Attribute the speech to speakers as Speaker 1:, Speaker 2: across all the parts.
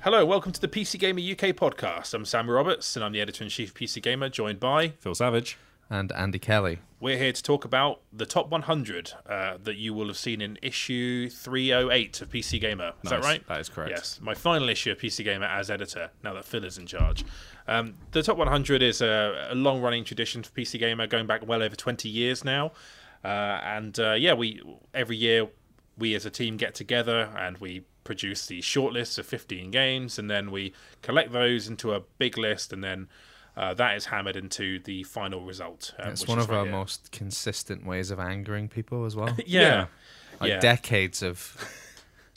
Speaker 1: Hello, welcome to the PC Gamer UK podcast. I'm Sam Roberts, and I'm the editor in chief of PC Gamer, joined by.
Speaker 2: Phil Savage.
Speaker 3: and Andy Kelly.
Speaker 1: We're here to talk about the top 100 uh, that you will have seen in issue 308 of PC Gamer. Is that
Speaker 2: Nice.
Speaker 1: right?
Speaker 2: That is correct.
Speaker 1: Yes, my final issue of PC Gamer as editor, now that Phil is in charge. Um, the top 100 is a, a long running tradition for PC Gamer, going back well over 20 years now. Uh, and uh, yeah, we every year we as a team get together and we produce the shortlists of 15 games, and then we collect those into a big list, and then uh, that is hammered into the final result. um,
Speaker 3: It's
Speaker 1: which
Speaker 3: one
Speaker 1: is
Speaker 3: of
Speaker 1: right
Speaker 3: our
Speaker 1: here.
Speaker 3: most consistent ways of angering people as well.
Speaker 1: Yeah.
Speaker 2: Yeah.
Speaker 3: Like
Speaker 1: yeah.
Speaker 3: decades of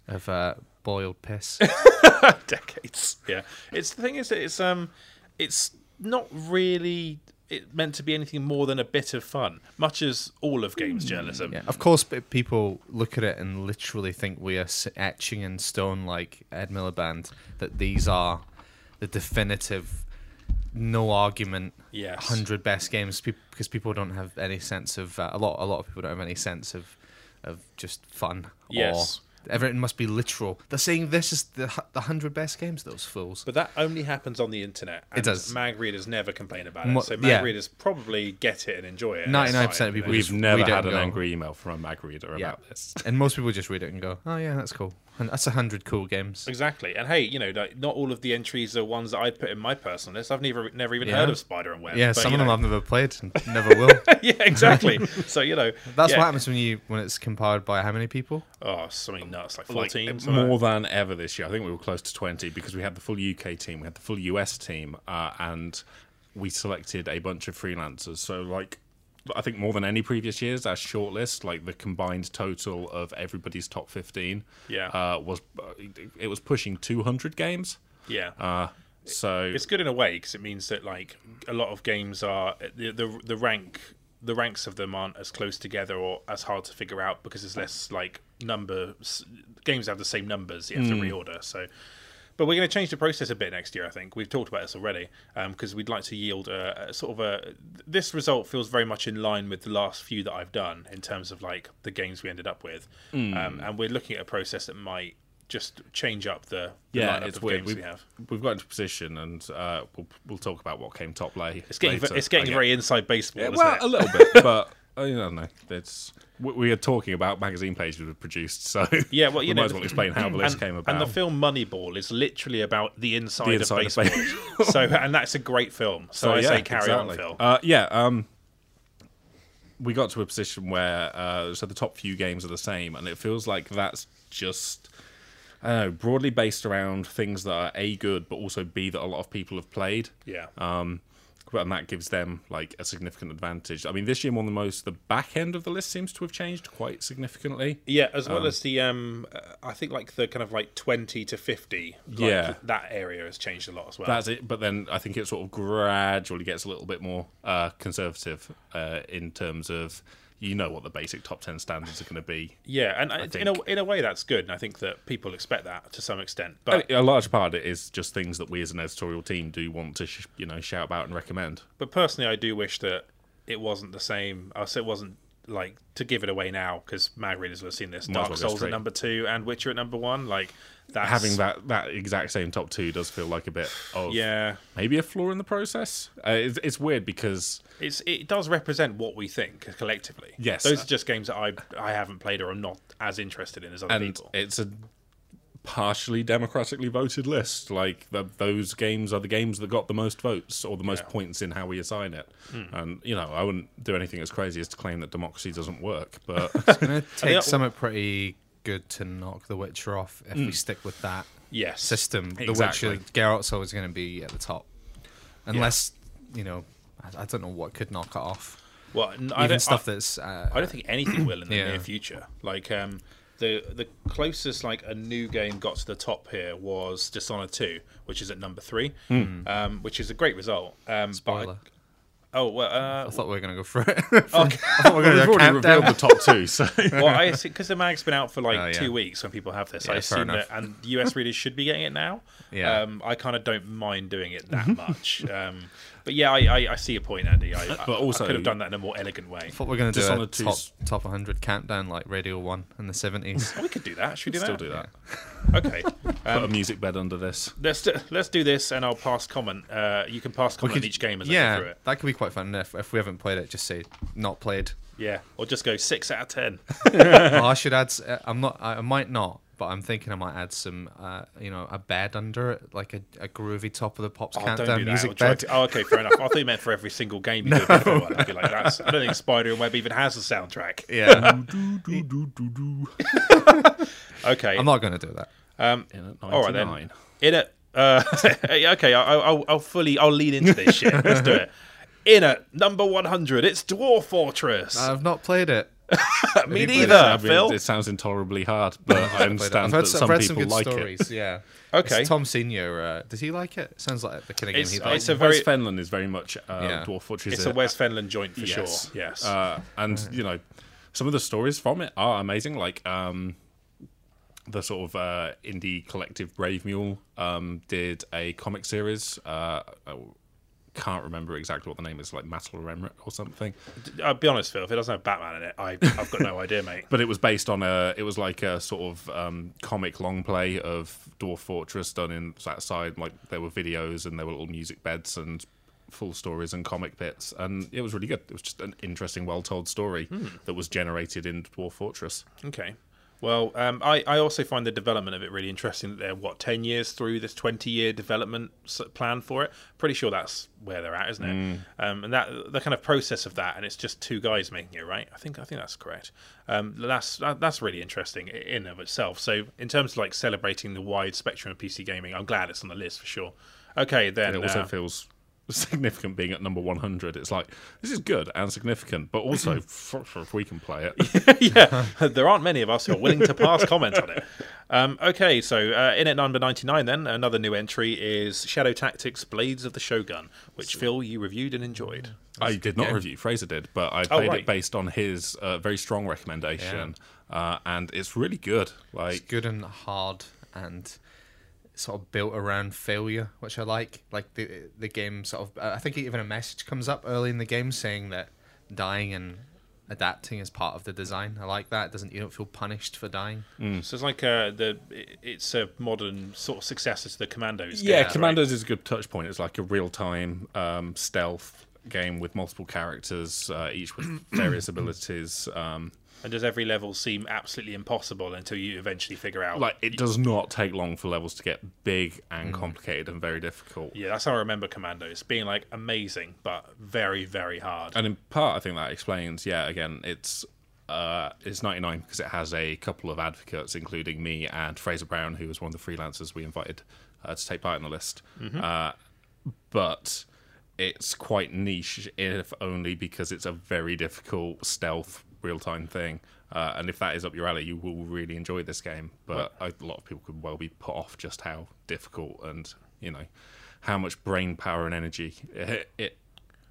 Speaker 3: of uh, boiled piss.
Speaker 1: decades. Yeah, it's the thing is that it's um, it's not really it meant to be anything more than a bit of fun, much as all of games journalism.
Speaker 3: Hmm. yeah. Of course, p- people look at it and literally think we are s- etching in stone, like Ed Miliband, that these are the definitive, no argument,
Speaker 1: Yes.
Speaker 3: hundred best games. Pe- because people don't have any sense of uh, a lot. A lot of people don't have any sense of of just fun.
Speaker 1: Yes.
Speaker 3: Or, everything must be literal. They're saying this is the hu- the hundred best games. Those fools.
Speaker 1: But that only happens on the internet. And
Speaker 3: does.
Speaker 1: Mag readers never complain about it,
Speaker 3: Mo-
Speaker 1: so mag
Speaker 3: yeah.
Speaker 1: readers probably get it and enjoy it. and that's
Speaker 3: 99% of
Speaker 1: fine.
Speaker 3: people
Speaker 2: We've
Speaker 3: just- we
Speaker 2: never
Speaker 3: don't
Speaker 2: had an
Speaker 3: go.
Speaker 2: angry email from a mag reader about
Speaker 3: Yeah.
Speaker 2: this.
Speaker 3: and most people just read it and go, "Oh yeah, that's cool. And that's a hundred cool games."
Speaker 1: Exactly, and hey, you know, like, not all of the entries are ones that I'd put in my personal list. I've never, never even
Speaker 3: Yeah.
Speaker 1: heard of Spider and Web.
Speaker 3: Yeah,
Speaker 1: but,
Speaker 3: some
Speaker 1: you
Speaker 3: of them
Speaker 1: know-
Speaker 3: I've never played and never will.
Speaker 1: yeah, exactly. so you know,
Speaker 3: That's
Speaker 1: yeah.
Speaker 3: what happens when you when it's compiled by how many people?
Speaker 1: Oh, something nuts like
Speaker 2: Like,
Speaker 1: fourteen. something like
Speaker 2: more than ever this year. I think we were close to 20 because we had the full UK team, we had the full US team, uh, and we selected a bunch of freelancers. So, like, I think more than any previous years, our shortlist, like the combined total of everybody's top 15,
Speaker 1: Yeah.
Speaker 2: uh, was it was pushing 200 games.
Speaker 1: that. yeah.
Speaker 2: Uh, so
Speaker 1: it's good in a way because it means that like a lot of games are the, the the rank the ranks of them aren't as close together or as hard to figure out because there's less like number s- games have the same numbers you have
Speaker 2: Hmm.
Speaker 1: to reorder so but we're going to change the process a bit next year i think we've talked about this already because we'd like to yield a, a sort of a this result feels very much in line with the last few that i've done in terms of like the games we ended up with
Speaker 2: Hmm.
Speaker 1: um, and we're looking at a process that might just change up the, the
Speaker 2: yeah,
Speaker 1: lineup
Speaker 2: it's
Speaker 1: of
Speaker 2: weird.
Speaker 1: games
Speaker 2: We've,
Speaker 1: we have
Speaker 2: we've got into position, and uh, we'll, we'll talk about what came top late.
Speaker 1: It's getting
Speaker 2: later,
Speaker 1: it's getting
Speaker 2: I guess.
Speaker 1: very inside baseball.
Speaker 2: Yeah,
Speaker 1: isn't
Speaker 2: well,
Speaker 1: it?
Speaker 2: a little bit, but uh, I don't know. It's we, we are talking about magazine pages we've produced, so
Speaker 1: yeah. Well, you
Speaker 2: we
Speaker 1: know,
Speaker 2: might as well explain how the list
Speaker 1: and,
Speaker 2: came about.
Speaker 1: And the film Moneyball is literally about the inside,
Speaker 2: The inside
Speaker 1: of
Speaker 2: of
Speaker 1: baseball. so, and that's a great film. So,
Speaker 2: So,
Speaker 1: I
Speaker 2: Oh, yeah,
Speaker 1: say carry
Speaker 2: exactly.
Speaker 1: on, Phil.
Speaker 2: Uh, yeah, um, we got to a position where uh, so the top few games are the same, and it feels like that's just I don't know broadly based around things that are a good, but also b that a lot of people have played.
Speaker 1: yeah,
Speaker 2: Um, but- and that gives them like a significant advantage. I mean, this year more than most, the back end of the list seems to have changed quite significantly.
Speaker 1: yeah. As well as the um, uh, I think like the kind of like twenty to fifty. like,
Speaker 2: Yeah.
Speaker 1: that area has changed a lot as well.
Speaker 2: That's it. But then I think it sort of gradually gets a little bit more uh, conservative uh, in terms of you know what the basic top ten standards are going to be.
Speaker 1: yeah, and I in a
Speaker 2: think-
Speaker 1: in a way that's good, and I think that people expect that to some extent. But
Speaker 2: I mean, a large part of it is just things that we as an editorial team do want to sh- you know shout about and recommend.
Speaker 1: But personally, I do wish that it wasn't the same. I say it wasn't like to give it away now because mag readers will have seen this. Dark
Speaker 2: Might as well go
Speaker 1: Souls at
Speaker 2: straight.
Speaker 1: number two and Witcher at number one. Like that's,
Speaker 2: Having that that exact same top two does feel like a bit of
Speaker 1: yeah,
Speaker 2: maybe a flaw in the process. Uh, it's, it's weird because
Speaker 1: it's it does represent what we think collectively.
Speaker 2: Yes.
Speaker 1: those are just games that I I haven't played or I'm not as interested in as other
Speaker 2: and
Speaker 1: people.
Speaker 2: it's a partially democratically voted list like the, those games are the games that got the most votes or the most points in how we assign it
Speaker 1: Hmm.
Speaker 2: and you know i wouldn't do anything as crazy as to claim that democracy doesn't work but
Speaker 3: It's gonna
Speaker 1: all-
Speaker 3: take something pretty good to knock The Witcher off if we stick with that
Speaker 1: Yes,
Speaker 3: system. The
Speaker 2: Mm. Exactly.
Speaker 3: Witcher, Geralt's always going to be at the top, unless you know, I, I don't know what could knock it off.
Speaker 1: well, n- I
Speaker 3: Even
Speaker 1: don't,
Speaker 3: stuff
Speaker 1: I,
Speaker 3: that's uh,
Speaker 1: I don't think anything will in the
Speaker 3: Yeah.
Speaker 1: near future. Like um, the the closest like a new game got to the top here was Dishonored Two, which is at number three, um, which is a great result. Um, but I-
Speaker 3: Hmm. Spoiler.
Speaker 1: Oh well, uh,
Speaker 3: I thought we were going to go for it. I thought we were
Speaker 2: Oh, We've
Speaker 3: going to do a
Speaker 2: already
Speaker 3: countdown.
Speaker 2: revealed the top two, so
Speaker 1: well, I because the mag's been out for like
Speaker 3: Oh, yeah.
Speaker 1: two weeks when people have this. I
Speaker 3: Yeah, fair
Speaker 1: assume that,
Speaker 3: enough.
Speaker 1: and US readers should be getting it now.
Speaker 3: Yeah.
Speaker 1: um, I kind of don't mind doing it that much. Um, but yeah, I, I, I see your point, Andy. I, I-
Speaker 2: But also-
Speaker 1: I could have done that in a more elegant way.
Speaker 3: I thought we were going to
Speaker 2: Just
Speaker 3: do
Speaker 2: on
Speaker 3: a
Speaker 2: the two
Speaker 3: top,
Speaker 2: s-
Speaker 3: top 100 countdown like Radio 1 in the 70s.
Speaker 1: We could do that. Should we do
Speaker 2: still
Speaker 1: that?
Speaker 2: do that.
Speaker 1: Okay. Um,
Speaker 2: Put a music bed under this.
Speaker 1: Let's do, let's do this, and I'll pass comment. Uh, you can pass comment on each game as I
Speaker 3: yeah,
Speaker 1: go through it.
Speaker 3: that could be quite fun. If, if we haven't played it, just say not played.
Speaker 1: Yeah, or just go six out of ten.
Speaker 3: Well, I should add. s- uh, I'm not. I I might not, but I'm thinking I might add some. Uh, you know, a bed under it, like a, a groovy top of the pops
Speaker 1: Oh,
Speaker 3: countdown
Speaker 1: don't do that. I'll
Speaker 3: music
Speaker 1: try
Speaker 3: bed.
Speaker 1: to- oh, okay, fair enough. I thought you meant for every single game you do a different one. I'd be like, that's, I don't think Spider and Web even has a soundtrack.
Speaker 3: Yeah,
Speaker 1: Okay,
Speaker 3: I'm not going to do that.
Speaker 2: In
Speaker 1: all right then. In a uh, okay, I- I'll, I'll, I'll fully I'll lean into this shit. Let's do it. In a number one hundred, it's Dwarf Fortress.
Speaker 3: I've not played it.
Speaker 1: Me
Speaker 2: It- it
Speaker 1: neither,
Speaker 2: sounds-
Speaker 1: Phil.
Speaker 2: It sounds intolerably hard, but I
Speaker 3: Played it. I've
Speaker 2: understand
Speaker 3: heard,
Speaker 2: that
Speaker 3: some,
Speaker 2: some
Speaker 3: I've read
Speaker 2: people
Speaker 3: some good
Speaker 2: like
Speaker 3: stories.
Speaker 2: it.
Speaker 3: Yeah.
Speaker 1: Okay.
Speaker 3: It's Tom Senior. Uh, does he like it? Sounds like the kind of game
Speaker 1: It's-
Speaker 3: he
Speaker 1: I
Speaker 3: likes.
Speaker 1: said- a
Speaker 2: West
Speaker 1: very-
Speaker 2: Fenland is very much uh,
Speaker 3: Yeah.
Speaker 2: Dwarf Fortress.
Speaker 1: It's a West Fenland joint for
Speaker 2: Yes.
Speaker 1: sure. Yes.
Speaker 2: Uh, and you know, some of the stories from it are amazing. Like um, the sort of uh, indie collective Brave Mule um, did a comic series. Uh, I can't remember exactly what the name is, like Metal Remnant or something.
Speaker 1: I'll be honest, Phil. If it doesn't have Batman in it, I, I've got no idea, mate.
Speaker 2: But it was based on a. It was like a sort of um, comic long play of Dwarf Fortress done in that side. Like there were videos and there were little music beds and full stories and comic bits, and it was really good. It was just an interesting, well told story
Speaker 1: Hmm.
Speaker 2: that was generated in Dwarf Fortress.
Speaker 1: Okay. Well, um, I, I also find the development of it really interesting that they're, what, 10 years through this 20 year development s- plan for it? Pretty sure that's where they're at, isn't it?
Speaker 2: Mm.
Speaker 1: Um, and that the kind of process of that, and it's just two guys making it, right? I think I think that's correct. Um, that's that, that's really interesting i- in and of itself. So, in terms of like celebrating the wide spectrum of PC gaming, I'm glad it's on the list for sure. Okay, then.
Speaker 2: And it also
Speaker 1: uh,
Speaker 2: feels significant being at number 100. It's like, this is good and significant, but also, fuck if we can play it.
Speaker 1: yeah, there aren't many of us who are willing to pass comment on it. Um, okay, so uh, in at number 99, then, another new entry is Shadow Tactics Blades of the Shogun, which, Phil, you reviewed and enjoyed.
Speaker 2: I did not review, Fraser did, but I played
Speaker 1: Oh, right.
Speaker 2: it based on his uh, very strong recommendation. Uh, and it's really good. Like,
Speaker 3: It's good and hard and sort of built around failure, which I like. Like the the game sort of. I think even a message comes up early in the game saying that dying and adapting is part of the design. I like that. It doesn't you don't feel punished for dying.
Speaker 2: Hmm.
Speaker 1: So it's like uh, the it- it's a modern sort of successor to the Commandos.
Speaker 2: Yeah,
Speaker 1: games, right?
Speaker 2: Commandos is a good touch point. It's like a real time um, stealth game with multiple characters, uh, each with various abilities. Um,
Speaker 1: And does every level seem absolutely impossible until you eventually figure out?
Speaker 2: like, it does not take long for levels to get big and complicated and very difficult.
Speaker 1: yeah, that's how I remember Commandos being like amazing, but very, very hard.
Speaker 2: And in part, I think that explains. Yeah, again, it's uh, it's 99 because it has a couple of advocates, including me and Fraser Brown, who was one of the freelancers we invited uh, to take part in the list. Uh, but it's quite niche, if only because it's a very difficult stealth real time thing. Uh, and if that is up your alley, you will really enjoy this game. But a lot of people could well be put off just how difficult and you know how much brain power and energy it, it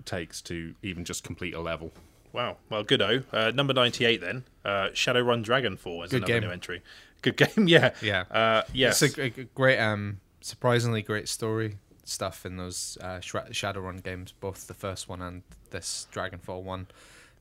Speaker 2: takes to even just complete a level.
Speaker 1: Wow. Well, good o. Uh, number 98 then. Uh, Shadowrun Dragonfall is
Speaker 3: Good
Speaker 1: another
Speaker 3: game.
Speaker 1: new entry. Good game, yeah.
Speaker 3: Yeah.
Speaker 1: Uh, yes.
Speaker 3: It's a, g- g- great, um, surprisingly great story stuff in those uh, Shra- Shadowrun games, both the first one and this Dragonfall one.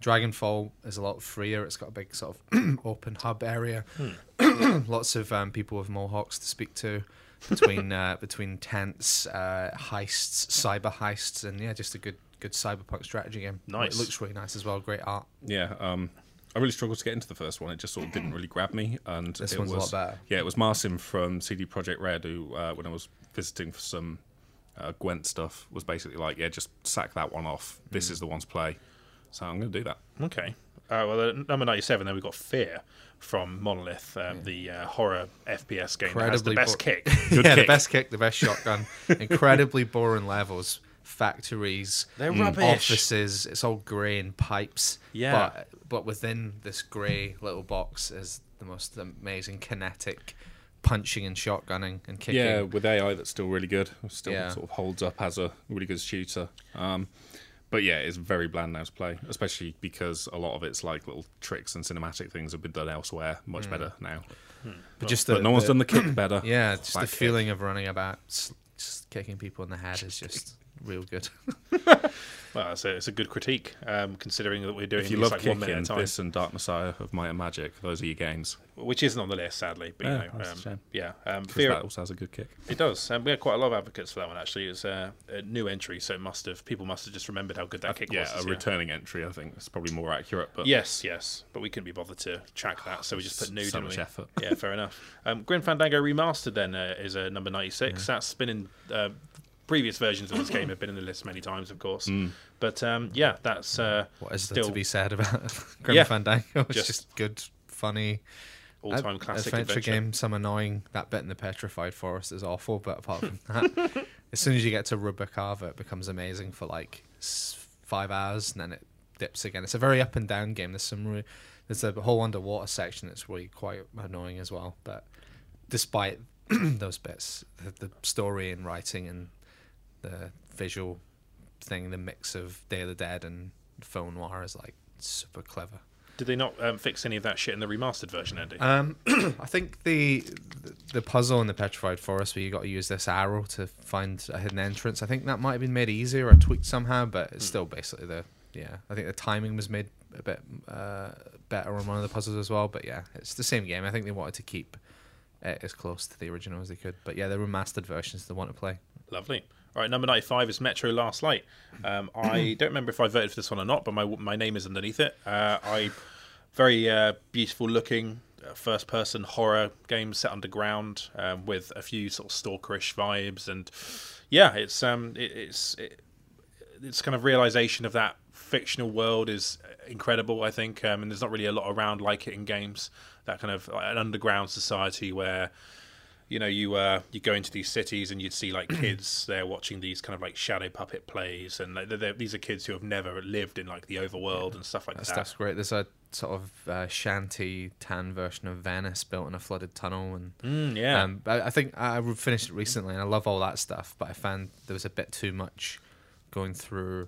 Speaker 3: Dragonfall is a lot freer. It's got a big sort of open hub area.
Speaker 1: Hmm.
Speaker 3: Lots of um, people with mohawks to speak to between uh, between tents, uh, heists, cyber heists, and yeah, just a good good cyberpunk strategy game.
Speaker 1: Nice.
Speaker 3: It looks really nice as well. Great art.
Speaker 2: Yeah, um, I really struggled to get into the first one. It just sort of didn't really grab me. And
Speaker 3: This
Speaker 2: it
Speaker 3: one's a lot
Speaker 2: was,
Speaker 3: better.
Speaker 2: Yeah, it was Marcin from CD Projekt Red who, uh, when I was visiting for some uh, Gwent stuff, was basically like, "Yeah, just sack that one off. This is the one to play." So I'm going to do that.
Speaker 1: okay. Uh, well, uh, number 97, then we've got Fear from Monolith, um, the uh, horror FPS game that has the
Speaker 3: Incredibly
Speaker 1: best
Speaker 3: bo-
Speaker 1: kick.
Speaker 2: Good
Speaker 3: yeah,
Speaker 2: kick.
Speaker 3: the best kick, the best shotgun. Incredibly boring levels, factories,
Speaker 1: They're
Speaker 2: Mm.
Speaker 1: rubbish.
Speaker 3: offices. It's all grey and pipes.
Speaker 1: Yeah.
Speaker 3: But, but within this grey little box is the most amazing kinetic punching and shotgunning and kicking.
Speaker 2: Yeah, with AI, that's still really good. Still
Speaker 3: Yeah.
Speaker 2: sort of holds up as a really good shooter. Um, But yeah, it's very bland now to play, especially because a lot of it's like little tricks and cinematic things have been done elsewhere, much better now.
Speaker 3: But just the,
Speaker 2: But no one's
Speaker 3: the-
Speaker 2: done Mm. the kick better.
Speaker 3: Yeah, just
Speaker 2: That
Speaker 3: the
Speaker 2: kick.
Speaker 3: feeling of running about, s- just kicking people in the head is just real good.
Speaker 1: Well, it's a, it's a good critique, um, considering that we're doing
Speaker 2: If you
Speaker 1: these,
Speaker 2: love
Speaker 1: like one minute
Speaker 2: kicking,
Speaker 1: at a time,
Speaker 2: this and Dark Messiah of Might and Magic, those are your games.
Speaker 1: which isn't on the list, sadly. But
Speaker 2: Yeah,
Speaker 1: you know,
Speaker 2: that's a
Speaker 1: um,
Speaker 2: shame.
Speaker 1: yeah, um,
Speaker 2: 'Cause
Speaker 1: Fear-
Speaker 2: that also has a good kick.
Speaker 1: It does. Um, we had quite a lot of advocates for that one actually. It was uh, a new entry, so it must have people must have just remembered how good that kick
Speaker 2: Uh, Yeah,
Speaker 1: was.
Speaker 2: a
Speaker 1: this year.
Speaker 2: returning entry, I think, is probably more accurate. But
Speaker 1: Yes, yes, but we couldn't be bothered to track that, so we just put new.
Speaker 2: so
Speaker 1: didn't
Speaker 2: much
Speaker 1: we?
Speaker 2: effort.
Speaker 1: Yeah, fair enough. Um, Grim Fandango remastered then uh, is uh, number ninety six. That's been in uh, previous versions of this game have been in the list many times, of course. But um, yeah, that's uh,
Speaker 3: Mm. What is there
Speaker 1: still
Speaker 3: to be said about Grim
Speaker 1: Yeah.
Speaker 3: Fandango? It's
Speaker 1: Just-
Speaker 3: just, good, funny
Speaker 1: all time
Speaker 3: ad-
Speaker 1: classic
Speaker 3: adventure,
Speaker 1: adventure.
Speaker 3: game. Some annoying that bit in the Petrified Forest is awful, but apart from that, as soon as you get to Rubicava, it becomes amazing for like s- five hours, and then it dips again. It's a very up and down game. There's some re- there's a whole underwater section that's really quite annoying as well. But despite those bits, the, the story and writing and the visual thing, the mix of Day of the Dead and phone noir is like super clever.
Speaker 1: Did they not um, fix any of that shit in the remastered version, Andy?
Speaker 3: Um, I think the the puzzle in the Petrified Forest where you got to use this arrow to find a hidden entrance. I think that might have been made easier or tweaked somehow, but it's still basically the yeah. I think the timing was made a bit uh, better on one of the puzzles as well. But yeah, it's the same game. I think they wanted to keep it as close to the original as they could. But yeah, the remastered versions they want to play.
Speaker 1: Lovely. All right, number 95 is Metro Last Light. Um, I don't remember if I voted for this one or not, but my my name is underneath it. Uh, I very uh, beautiful looking uh, first person horror game set underground um, with a few sort of stalkerish vibes and yeah, it's um it, it's it, it's kind of realization of that fictional world is incredible i think um, and there's not really a lot around like it in games that kind of like, an underground society where you know you uh you go into these cities and you'd see like kids there watching these kind of like shadow puppet plays and like, they're, they're, these are kids who have never lived in like the overworld and stuff like
Speaker 3: That
Speaker 1: that
Speaker 3: stuff's great. There's a sort of uh, shanty tan version of Venice built in a flooded tunnel and.
Speaker 1: Mm, yeah
Speaker 3: Um, but I think I I finished it recently, and I love all that stuff. But I found there was a bit too much going through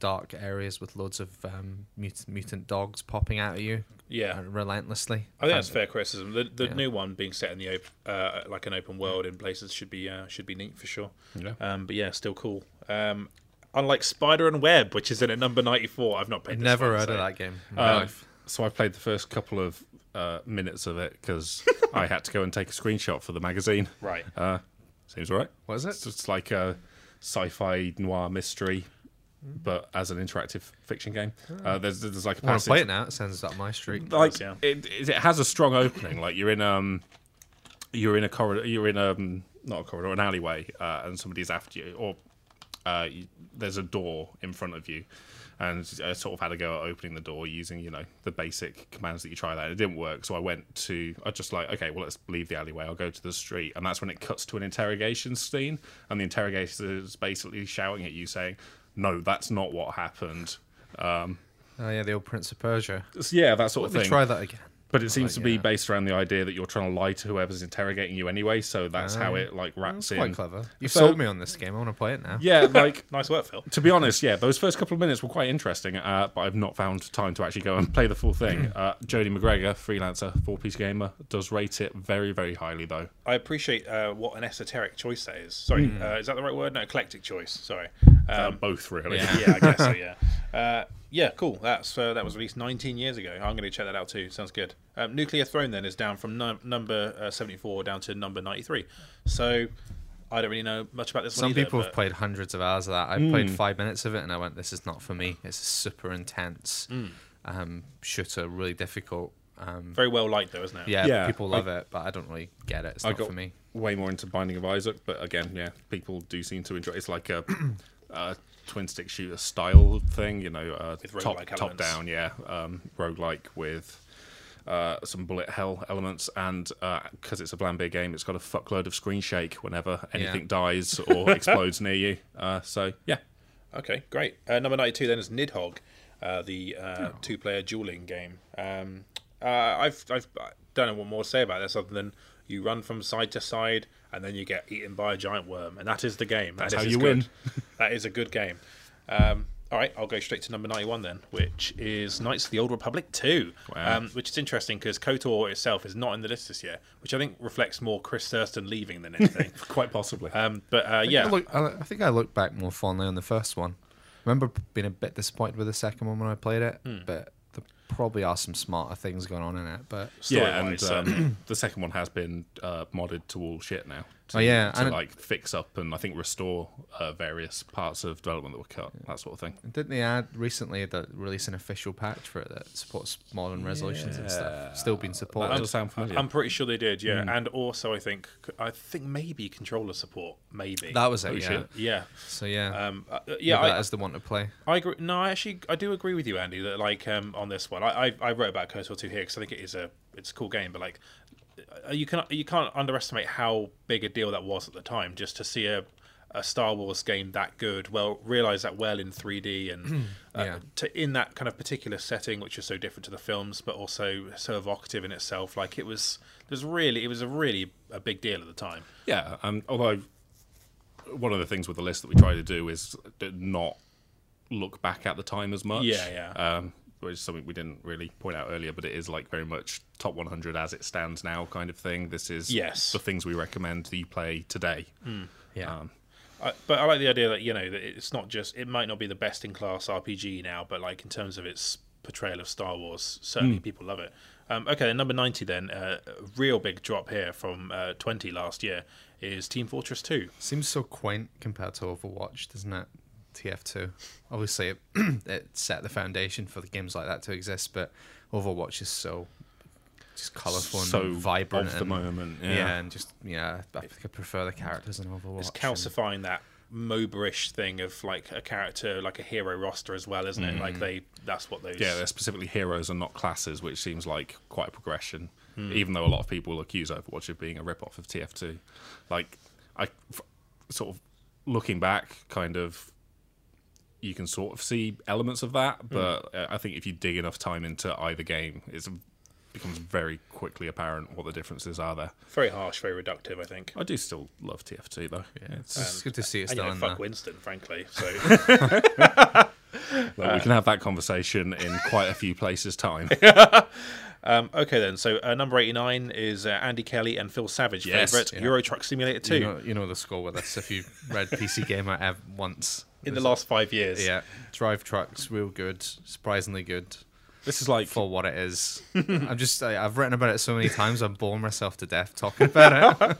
Speaker 3: dark areas with loads of um, mut- mutant dogs popping out at you
Speaker 1: yeah
Speaker 3: uh, relentlessly.
Speaker 1: I think
Speaker 3: Found
Speaker 1: that's
Speaker 3: it-
Speaker 1: fair criticism. The, the
Speaker 3: Yeah.
Speaker 1: new one being set in the op- uh, like an open world in places should be uh, should be neat for sure.
Speaker 2: Yeah.
Speaker 1: Um, but yeah, still cool. Um, unlike Spider and Web, which is in at number ninety four, I've not played.
Speaker 3: I'd
Speaker 1: this
Speaker 3: never
Speaker 1: one,
Speaker 3: heard
Speaker 1: so-
Speaker 3: of that game. in my
Speaker 2: Uh,
Speaker 3: life.
Speaker 2: so I played the first couple of uh, minutes of it because I had to go and take a screenshot for the magazine.
Speaker 1: Right.
Speaker 2: Uh, seems all right.
Speaker 3: What is
Speaker 2: It's
Speaker 3: it?
Speaker 2: just like a sci-fi noir mystery, but as an interactive fiction game. Uh, there's there's like
Speaker 3: I
Speaker 2: a
Speaker 3: want
Speaker 2: passage.
Speaker 3: to play it now. It sounds up my street.
Speaker 2: Like
Speaker 1: Yeah.
Speaker 2: it, it, it has a strong opening. Like you're in um, you're in a corridor. You're in um, not a corridor, an alleyway, uh, and somebody's after you, or uh, you, there's a door in front of you, and I sort of had a go at opening the door using you know the basic commands that you try that. It didn't work, so I went to I just like okay, well let's leave the alleyway. I'll go to the street, and that's when it cuts to an interrogation scene, and the interrogator is basically shouting at you saying, "No, that's not what happened." Um,
Speaker 3: Oh yeah, the old Prince of Persia.
Speaker 2: so yeah, that sort of
Speaker 3: Let me
Speaker 2: thing.
Speaker 3: try that again.
Speaker 2: But it seems
Speaker 3: Like,
Speaker 2: to be
Speaker 3: yeah.
Speaker 2: based around the idea that you're trying to lie to whoever's interrogating you anyway, so that's how
Speaker 3: Ah.
Speaker 2: it like wraps
Speaker 3: It's quite
Speaker 2: in.
Speaker 3: clever. You've
Speaker 2: So-
Speaker 3: sold me on this game. I want to play it now.
Speaker 2: Yeah, like
Speaker 1: Nice work, Phil.
Speaker 2: to be honest, yeah, those first couple of minutes were quite interesting, uh, but I've not found time to actually go and play the full thing. Uh, Jodie McGregor, freelancer, four piece gamer, does rate it very, very highly though.
Speaker 1: I appreciate uh, what an esoteric choice that is. Sorry,
Speaker 3: Hmm.
Speaker 1: uh, is that the right word? No, eclectic choice. Sorry.
Speaker 2: Uh,
Speaker 1: Um,
Speaker 2: both really.
Speaker 1: yeah, I guess so. Yeah, uh, yeah, cool. That's uh, that was released 19 years ago. I'm going to check that out too. Sounds good. Um, Nuclear Throne then is down from num- number uh, 74 down to number 93. So I don't really know much about this
Speaker 3: Some
Speaker 1: one. either,
Speaker 3: people have
Speaker 1: but- Hmm.
Speaker 3: played hundreds of hours of that. I played five minutes of it and I went, this is not for me. It's a super intense
Speaker 1: Hmm.
Speaker 3: um, shooter, really difficult. Um,
Speaker 1: very well liked though, isn't it?
Speaker 3: yeah,
Speaker 2: Yeah,
Speaker 3: people
Speaker 2: I-
Speaker 3: love it, but I don't really get it. It's
Speaker 2: I
Speaker 3: not
Speaker 2: got
Speaker 3: for me.
Speaker 2: way more into Binding of Isaac, but again, yeah, people do seem to enjoy. It's like a, a twin stick shooter style thing, you know, uh,
Speaker 1: With
Speaker 2: top
Speaker 1: roguelike
Speaker 2: top
Speaker 1: elements.
Speaker 2: down, yeah, um, roguelike with. Uh, some bullet hell elements, and because it's a Blambeer game, it's got a fuckload of screen shake whenever anything dies or explodes near you. Uh, so yeah,
Speaker 1: Okay, great. Uh, number 92 then is Nidhogg, uh, the uh, two player dueling game. Um, uh, I've, I've, I don't know what more to say about this other than you run from side to side and then you get eaten by a giant worm. And that is the game. That
Speaker 2: That's
Speaker 1: is
Speaker 2: how
Speaker 1: as
Speaker 2: you
Speaker 1: good.
Speaker 2: win.
Speaker 1: that is a good game. Um, All right, I'll go straight to number 91 then, which is Knights of the Old Republic 2,
Speaker 2: Wow.
Speaker 1: um, which is interesting because KOTOR itself is not in the list this year, which I think reflects more Chris Thurston leaving than anything.
Speaker 2: Quite possibly.
Speaker 1: um, but uh,
Speaker 3: I
Speaker 1: yeah,
Speaker 3: look- I, I think I look back more fondly on the first one. remember being a bit disappointed with the second one when I played it, but there probably are some smarter things going on in it. But
Speaker 2: yeah, and
Speaker 1: story-wise,
Speaker 2: um, the second one has been uh, modded to all shit now. To,
Speaker 3: Oh, yeah,
Speaker 2: to
Speaker 3: and it-
Speaker 2: like fix up and I think restore uh, various parts of development that were cut, that sort of thing.
Speaker 3: didn't they add recently that release an official patch for it that supports modern resolutions and stuff? Still being supported.
Speaker 2: That does sound familiar.
Speaker 1: I'm pretty sure they did, yeah. And also, I think, I think maybe controller support, maybe.
Speaker 3: that was it. yeah.
Speaker 2: shit.
Speaker 1: yeah.
Speaker 3: So yeah,
Speaker 1: Um, Oh, uh,
Speaker 3: yeah,
Speaker 1: yeah,
Speaker 3: that
Speaker 1: I,
Speaker 3: as the one to play.
Speaker 1: I agree. No, I actually I do agree with you, Andy. That like um, on this one, I I, I wrote about KOTOR two here because I think it is a it's a cool game, but like uh, you can you can't underestimate how big a deal that was at the time. Just to see a a Star Wars game that good, well, realize that well in 3D and uh,
Speaker 3: Yeah.
Speaker 1: to in that kind of particular setting, which is so different to the films, but also so evocative in itself. Like it was, it was really, it was a really a big deal at the time.
Speaker 2: Yeah, um, although one of the things with the list that we try to do is d- not look back at the time as much.
Speaker 1: Yeah, yeah.
Speaker 2: Um, which is something we didn't really point out earlier, but it is like very much top 100 as it stands now kind of thing. This is
Speaker 1: Yes.
Speaker 2: the things we recommend that you play today.
Speaker 3: Yeah.
Speaker 2: Um,
Speaker 1: I, but I like the idea that you know that it's not just it might not be the best in class RPG now, but like in terms of its portrayal of Star Wars, certainly people love it. Um, okay, number ninety then, uh, a real big drop here from uh, twenty last year is Team Fortress Two.
Speaker 3: Seems so quaint compared to Overwatch, doesn't it? TF2. Obviously, it, it set the foundation for the games like that to exist, but Overwatch is so just colourful and
Speaker 2: so
Speaker 3: vibrant.
Speaker 2: of the
Speaker 3: and,
Speaker 2: moment.
Speaker 3: Yeah.
Speaker 2: Yeah.
Speaker 3: and just, yeah, I think I prefer the characters in Overwatch.
Speaker 1: It's
Speaker 3: and-
Speaker 1: calcifying that Moberish thing of like a character, like a hero roster as well, isn't it? Like they, that's what those.
Speaker 2: Yeah, they're specifically heroes and not classes, which seems like quite a progression. Even though a lot of people accuse Overwatch of being a rip-off of TF2, like I f- sort of looking back, kind of you can sort of see elements of that, but uh I think if you dig enough time into either game, it becomes very quickly apparent what the differences are there.
Speaker 1: very harsh, very reductive. I think.
Speaker 2: I do still love TF2 though. It's-
Speaker 3: It's good to see it's
Speaker 1: And you
Speaker 3: still
Speaker 1: know,
Speaker 3: in
Speaker 1: fuck
Speaker 3: there.
Speaker 1: Winston, frankly. So
Speaker 2: like, we can have that conversation in quite a few places time.
Speaker 1: Um, okay then, so uh, number eighty nine is uh, Andy Kelly and Phil Savage
Speaker 2: Yes,
Speaker 1: favorite Euro Truck Simulator two
Speaker 3: You know, you know the score with this if you read PC Gamer ever once.
Speaker 1: in the last five years.
Speaker 3: Yeah, drive trucks, real good, surprisingly good
Speaker 2: this is like
Speaker 3: for what it is. I'm just, I, I've written about it so many times, I'm boring myself to death talking about it.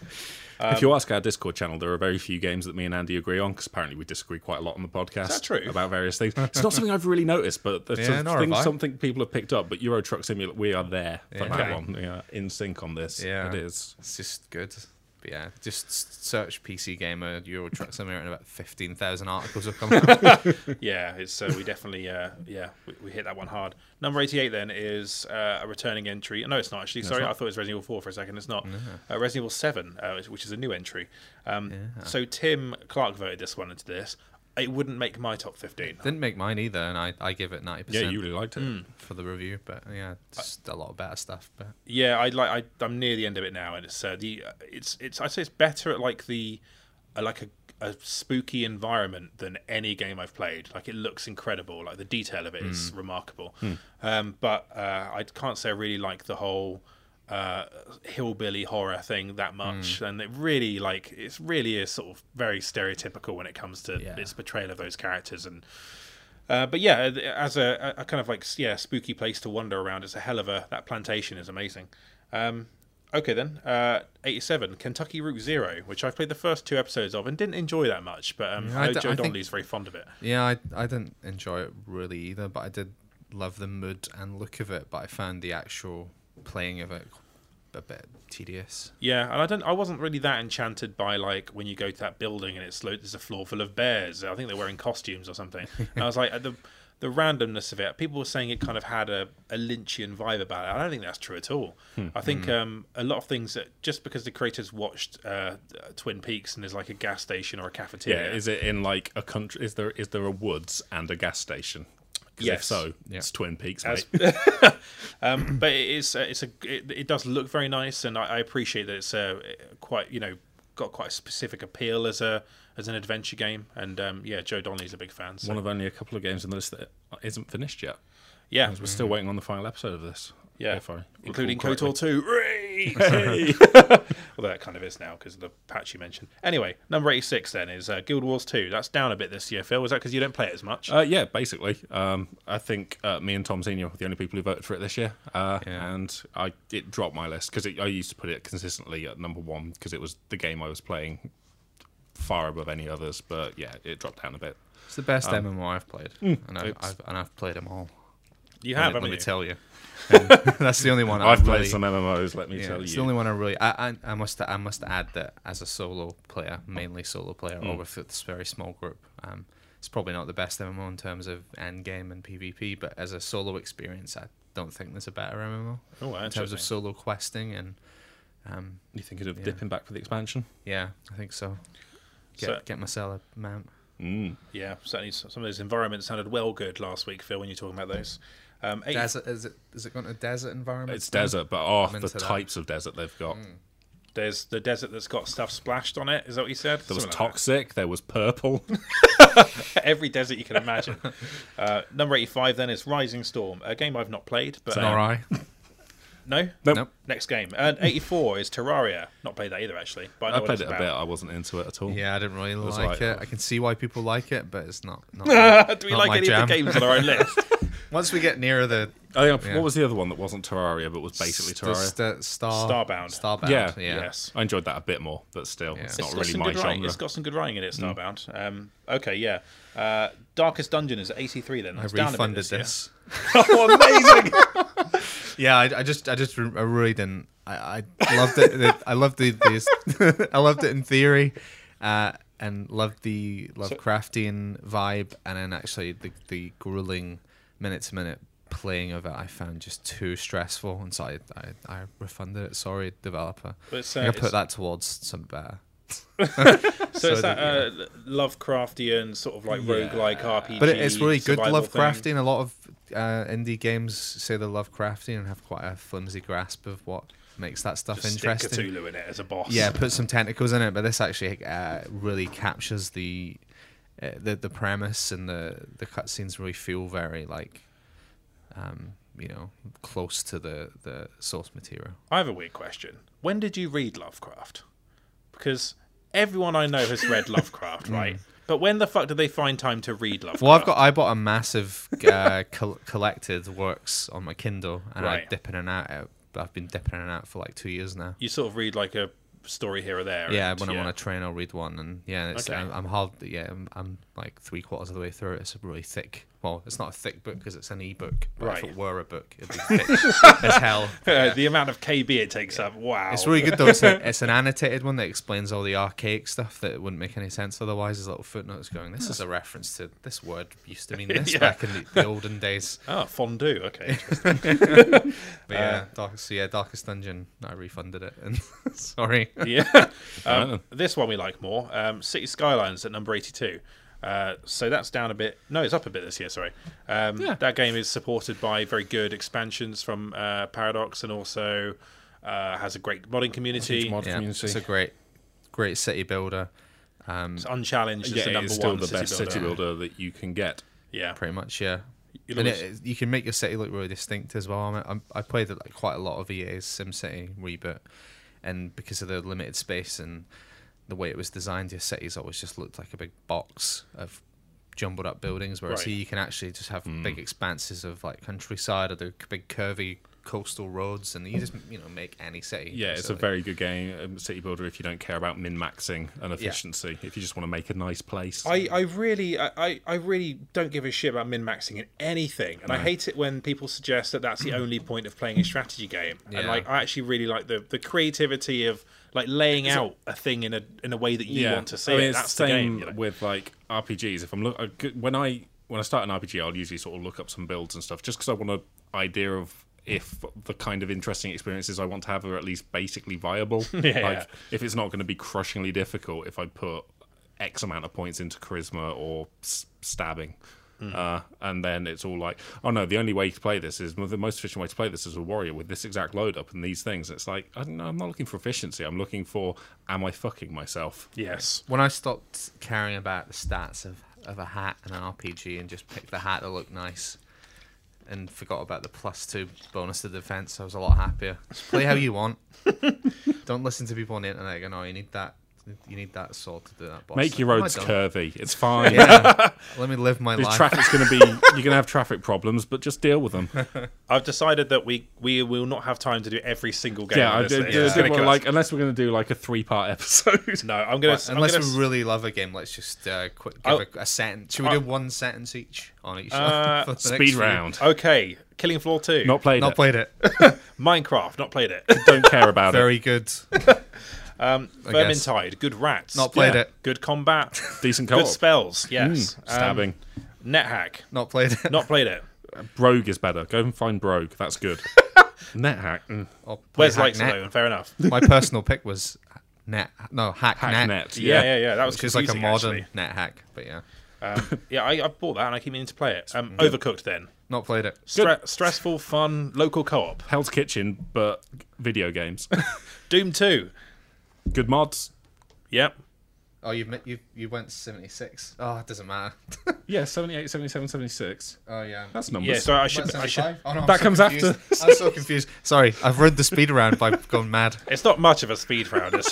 Speaker 2: if you ask our Discord channel, there are very few games that me and Andy agree on because apparently we disagree quite a lot on the podcast.
Speaker 1: that true?
Speaker 2: About various things. It's not something I've really noticed, but that's
Speaker 3: Yeah, nor have
Speaker 2: thing-
Speaker 3: I.
Speaker 2: something people have picked up. But Euro Truck Simulator, we are there for
Speaker 3: Yeah.
Speaker 2: that
Speaker 3: Okay.
Speaker 2: one. We are in sync on this.
Speaker 3: Yeah.
Speaker 2: It is.
Speaker 3: It's just good. But yeah, just s- search PC Gamer Euro Truck Simulator and about 15,000 articles have come out.
Speaker 1: yeah. It's uh, we definitely uh, yeah we, we hit that one hard. Number eighty eight then is uh, a returning entry. No, it's not actually. Sorry, I thought it was Resident Evil four for a second. It's not. Uh, Resident Evil seven, uh, which- which is a new entry. Um, So Tim Clark voted this one into this. It wouldn't make my top fifteen.
Speaker 3: Didn't make mine either, and I, I give it 90%
Speaker 2: Yeah, you really liked it.
Speaker 3: for the review, but yeah, just a lot of better stuff. But
Speaker 1: Yeah, I like. I, I'm near the end of it now, and it's uh, the uh, it's it's. I'd say it's better at like the uh, like a, a spooky environment than any game I've played. Like it looks incredible. Like the detail of it is remarkable. Um, but uh, I can't say I really like the whole uh, hillbilly horror thing that much. And it really like it's really is sort of very stereotypical when it comes to
Speaker 3: Yeah.
Speaker 1: its portrayal of those characters and uh, but yeah, th- as a, a a kind of like yeah spooky place to wander around, it's a hell of a that plantation is amazing. Um, okay then, uh, eighty-seven Kentucky Route Zero, which I've played the first two episodes of and didn't enjoy that much, but um,
Speaker 3: Mm, I
Speaker 1: I know
Speaker 3: d-
Speaker 1: Joe
Speaker 3: I think-
Speaker 1: Donnelly's very fond of it.
Speaker 3: yeah, I, I didn't enjoy it really either, but I did love the mood and look of it, but I found the actual playing of it a bit tedious.
Speaker 1: Yeah, and I don't, I wasn't really that enchanted by like when you go to that building and it's lo- there's a floor full of bears. I think they're wearing costumes or something. And I was like the the randomness of it. People were saying it kind of had a, a Lynchian vibe about it. I don't think that's true at all.
Speaker 2: Hmm.
Speaker 1: I think um, a lot of things that just because the creators watched uh, Twin Peaks and there's like a gas station or a
Speaker 2: Yeah.
Speaker 1: cafeteria.
Speaker 2: Is it in like a country? Is there is there a woods and a gas station? 'Cause If
Speaker 1: Yes.
Speaker 2: so,
Speaker 3: Yeah.
Speaker 2: it's Twin Peaks, mate.
Speaker 1: As- um, but it is uh, it's a it, it does look very nice, and I, I appreciate that it's uh, quite you know got quite a specific appeal as a as an adventure game. And um, yeah, Joe Donnelly's a big fan. So
Speaker 2: One of only a couple of games on the list that isn't finished yet.
Speaker 1: yeah,
Speaker 2: We're still waiting on the final episode of this.
Speaker 1: yeah,
Speaker 2: if I
Speaker 1: including
Speaker 2: recall correctly.
Speaker 1: KOTOR two. Hooray! Although that kind of is now because of the patch you mentioned. Anyway, number eighty six then is uh, Guild Wars two. That's down a bit this year, Phil. Is that because you don't play it as much?
Speaker 2: Uh, yeah, basically. Um, I think uh, me and Tom Senior were the only people who voted for it this year, uh,
Speaker 3: Yeah.
Speaker 2: and I it dropped my list because I used to put it consistently at number one because it was the game I was playing far above any others. But yeah, it dropped down a bit.
Speaker 3: It's the best MMO I've played, and I've,
Speaker 2: Um, mm, it's- Ah,
Speaker 3: I've and I've played them all.
Speaker 1: you
Speaker 3: Let
Speaker 1: have,
Speaker 3: me-
Speaker 1: haven't
Speaker 3: let me
Speaker 1: you?
Speaker 3: tell you. Um, that's the only one
Speaker 2: I've played
Speaker 3: really-
Speaker 2: some MMOs. Let me
Speaker 3: Yeah,
Speaker 2: tell
Speaker 3: it's
Speaker 2: you.
Speaker 3: the only one I really. I, I, I must. I must add that as a solo player, mainly solo player, or with this very small group, um, it's probably not the best MMO in terms of end game and PvP. But as a solo experience, I don't think there's a better MMO
Speaker 1: Oh,
Speaker 3: in terms
Speaker 1: interesting.
Speaker 3: of solo questing and. Um,
Speaker 2: you thinking of
Speaker 3: Yeah.
Speaker 2: dipping back for the expansion?
Speaker 3: yeah, I think so. Get
Speaker 1: So-
Speaker 3: get myself a mount.
Speaker 2: Mm.
Speaker 1: Yeah, certainly s- some of those environments sounded well good last week, Phil, when you're talking about those. Um, eight-
Speaker 3: Desert is it? Is it going to desert environment?
Speaker 2: It's desert, but oh,
Speaker 3: I'm
Speaker 2: the
Speaker 3: into that.
Speaker 2: types of desert they've got.
Speaker 3: Mm.
Speaker 1: there's the desert that's got stuff splashed on it. Is that what you said?
Speaker 2: There was
Speaker 1: Something like
Speaker 2: toxic. There was purple.
Speaker 1: that. Every desert you can imagine. uh, number 85 then is Rising Storm, a game I've not played, but
Speaker 3: It's an
Speaker 1: um,
Speaker 3: RI.
Speaker 1: no.
Speaker 2: Nope.
Speaker 3: Nope.
Speaker 1: Next game. And 84 is Terraria. Not played that either actually. But I, know
Speaker 2: I
Speaker 1: what
Speaker 2: played it
Speaker 1: it's
Speaker 2: a bit. I wasn't into it at all.
Speaker 3: Yeah, I didn't really
Speaker 2: was
Speaker 3: like
Speaker 2: like-
Speaker 3: it. I can see why people like it, but it's not. not
Speaker 1: about. Do we
Speaker 3: not
Speaker 1: like
Speaker 3: my
Speaker 1: any
Speaker 3: jam.
Speaker 1: of the games on our own list?
Speaker 3: Once we get nearer the
Speaker 2: I think I-
Speaker 3: Yeah.
Speaker 2: Oh, What was the other one that wasn't Terraria but was basically
Speaker 3: st-
Speaker 2: Terraria?
Speaker 3: st- star,
Speaker 1: Starbound.
Speaker 3: Starbound.
Speaker 2: Yeah.
Speaker 3: Yeah. yeah.
Speaker 1: Yes.
Speaker 2: I enjoyed that a bit more, but still,
Speaker 3: Yeah.
Speaker 2: it's
Speaker 3: It's
Speaker 2: not
Speaker 1: got
Speaker 2: really
Speaker 1: some
Speaker 2: my
Speaker 1: good
Speaker 2: genre.
Speaker 1: writing. It's got some good writing in it,
Speaker 3: Mm.
Speaker 1: Starbound. Um, okay, yeah. Uh, Darkest Dungeon is 83 then.
Speaker 3: I
Speaker 1: That's down a bit
Speaker 3: refunded
Speaker 1: year.
Speaker 3: this.
Speaker 1: oh, amazing!
Speaker 3: Yeah, I, I just, I just, re- I really didn't. I, I loved it. The- I loved the, the I loved it in theory, uh, and loved the Lovecraftian vibe, and then actually the the grueling minute to minute playing of it, I found just too stressful, and so I, I, I refunded it. Sorry, developer.
Speaker 1: But it's,
Speaker 3: I
Speaker 1: uh,
Speaker 3: think I
Speaker 1: it's-
Speaker 3: put that towards some better.
Speaker 1: So, it's
Speaker 3: So I
Speaker 1: that uh, Lovecraftian sort of like roguelike RPG.
Speaker 3: But it, it's really good
Speaker 1: survival thing.
Speaker 3: Lovecraftian. A lot of uh, indie games say they're Lovecraftian and have quite a flimsy grasp of what makes that stuff
Speaker 1: Just
Speaker 3: interesting.
Speaker 1: Stick Cthulhu in it as a boss.
Speaker 3: Yeah, put some tentacles in it, but this actually uh, really captures the, uh, the the premise and the the cutscenes really feel very like, um, you know, close to the the source material.
Speaker 1: I have a weird question. When did you read Lovecraft? Because everyone I know has read Lovecraft, right? But when the fuck did they find time to read Lovecraft?
Speaker 3: Hmm. Well, I've got I bought a massive uh, col- collected works on my Kindle, and I
Speaker 1: Right.
Speaker 3: dip in and out. of- I've been dipping in and out for like two years now.
Speaker 1: You sort of read like a story here or there.
Speaker 3: Yeah,
Speaker 1: and,
Speaker 3: when I'm on a train, I'll read one, and yeah, it's,
Speaker 1: Okay.
Speaker 3: I'm, I'm hard. Yeah, I'm, I'm like three quarters of the way through. it. It's a really thick. Well, it's not a thick book because it's an e-book. But If
Speaker 1: Right.
Speaker 3: it were a book, it'd be thick as hell.
Speaker 1: Uh, the amount of KB it takes up. Wow.
Speaker 3: It's really good though. It's, a, it's an annotated one that explains all the archaic stuff that wouldn't make any sense otherwise. There's little footnotes going. This is a reference to this word used to mean this
Speaker 1: Yeah.
Speaker 3: back in the, the olden days.
Speaker 1: Oh, fondue. Okay.
Speaker 3: But
Speaker 1: Uh.
Speaker 3: yeah, darkest, so yeah, darkest dungeon. I refunded it. And sorry,
Speaker 1: yeah.
Speaker 2: Oh.
Speaker 1: Um, this one we like more. Um, City Skylines at number 82. Uh, so that's down a bit. No, it's up a bit this year. Sorry. Um, That game is supported by very good expansions from uh, Paradox, and also uh, has a great modding community.
Speaker 2: mod
Speaker 1: It's
Speaker 3: yeah,
Speaker 2: community.
Speaker 3: it's a great, great city builder. Um,
Speaker 1: unchallenged.
Speaker 2: yeah,
Speaker 1: it's the number
Speaker 2: it's still
Speaker 1: one
Speaker 2: the
Speaker 1: city
Speaker 2: best
Speaker 1: builder.
Speaker 2: city builder that you can get.
Speaker 1: Yeah.
Speaker 3: pretty much yeah
Speaker 1: You'll
Speaker 3: and
Speaker 1: always-
Speaker 3: it, you can make your city look really distinct as well I, mean, I, I played like quite a lot of EA's SimCity reboot and because of the limited space and the way it was designed your cities always just looked like a big box of jumbled up buildings whereas
Speaker 1: Right.
Speaker 3: here you can actually just have big expanses of like countryside or the big curvy coastal roads and you just you know make any city
Speaker 2: Yeah, it's a
Speaker 3: basically.
Speaker 2: very good game, um, city builder. If you don't care about min maxing and efficiency, if you just want to make a nice place,
Speaker 1: I, I really I, I- I really don't give a shit about min maxing in anything, and I hate it when people suggest that that's the
Speaker 2: Mm.
Speaker 1: only point of playing a strategy game. And
Speaker 3: Yeah.
Speaker 1: like I actually really like the, the creativity of like laying out a thing in a in a way that you want to see
Speaker 2: I mean,
Speaker 1: it.
Speaker 2: It's
Speaker 1: That's
Speaker 2: the
Speaker 1: the
Speaker 2: same
Speaker 1: game. you know.
Speaker 2: with like RPGs. If I'm look I g- when I when I start an RPG, I'll usually sort of look up some builds and stuff just because I want an idea of if the kind of interesting experiences I want to have are at least basically viable.
Speaker 1: Yeah.
Speaker 2: Like if it's not going to be crushingly difficult, if I put X amount of points into charisma or s- stabbing.
Speaker 1: Hmm.
Speaker 2: Uh, and then it's all like, oh no, the only way to play this is the most efficient way to play this is a warrior with this exact load up and these things. It's like, I don't know, I'm not looking for efficiency. I'm looking for, am I fucking myself?
Speaker 1: Yes.
Speaker 3: When I stopped caring about the stats of, of a hat and an RPG and just picked the hat that looked nice and forgot about the plus two bonus to defense, I was a lot happier. Just play how you want. Don't listen to people on the internet going, oh, you need that. You need that sword to do that. Boss.
Speaker 2: Make your
Speaker 3: No, I
Speaker 2: roads
Speaker 3: don't.
Speaker 2: curvy. It's fine.
Speaker 3: Yeah. Let me live my
Speaker 2: This
Speaker 3: life.
Speaker 2: traffic's going to be, you're going to have traffic problems, but just deal with them.
Speaker 1: I've decided that we we will not have time to do every single game.
Speaker 2: yeah,
Speaker 1: on
Speaker 2: I
Speaker 1: this
Speaker 2: did,
Speaker 1: list.
Speaker 2: did-
Speaker 1: It's gonna
Speaker 2: well,
Speaker 1: kill us.
Speaker 2: like, unless we're going to do like a three part episode.
Speaker 1: no, I'm gonna. I'm
Speaker 3: Unless
Speaker 1: gonna
Speaker 3: we
Speaker 1: s-
Speaker 3: really love a game, let's just uh, quick give
Speaker 1: I'll-
Speaker 3: a, a sentence. Should we do one sentence each on each?
Speaker 1: Uh,
Speaker 3: for the next
Speaker 2: Speed
Speaker 3: few?
Speaker 2: round.
Speaker 1: okay, Killing Floor Two,
Speaker 2: Not played
Speaker 3: Not
Speaker 2: it.
Speaker 3: played it.
Speaker 1: Minecraft, not played it.
Speaker 2: Don't care about it.
Speaker 3: Very good. guess.
Speaker 1: Vermintide, good rats,
Speaker 3: Not played
Speaker 2: Yeah.
Speaker 3: it.
Speaker 1: good combat,
Speaker 2: Decent
Speaker 1: good
Speaker 2: co-op. Mm.
Speaker 1: spells. Yes, Um,
Speaker 2: Stabbing.
Speaker 1: NetHack,
Speaker 3: Not played it.
Speaker 1: not played it.
Speaker 2: Brogue is better. Go and find Brogue. That's good. Net hack. Mm.
Speaker 3: Or play
Speaker 1: Where's
Speaker 3: Hack
Speaker 1: Lights
Speaker 3: Net.
Speaker 1: Alone? Fair enough.
Speaker 3: My personal pick was net. No, hack,
Speaker 2: Hack
Speaker 3: net,
Speaker 2: net.
Speaker 1: Yeah, yeah, yeah. That was
Speaker 3: which is like a
Speaker 1: confusing,
Speaker 3: modern
Speaker 1: actually.
Speaker 3: net hack. But yeah,
Speaker 1: Um, yeah, I, I bought that and I keep meaning to play it. Um, Overcooked then.
Speaker 3: not played it.
Speaker 1: Stre- stressful, fun, local co-op.
Speaker 2: Hell's Kitchen, but video games.
Speaker 1: Doom 2.
Speaker 2: good mods.
Speaker 1: Yep.
Speaker 3: Oh, you have you you went seventy six. Oh, it doesn't matter.
Speaker 2: Yeah, 78, 77, 76.
Speaker 3: oh yeah.
Speaker 2: That's
Speaker 1: Yeah,
Speaker 2: numbers.
Speaker 1: so uh, I should... I should
Speaker 3: 75? Oh, no, I'm
Speaker 2: That
Speaker 3: so
Speaker 2: comes
Speaker 3: confused.
Speaker 2: after.
Speaker 3: I'm so confused. Sorry, I've run the speed around by gone mad.
Speaker 1: it's not much of a speed round. It's,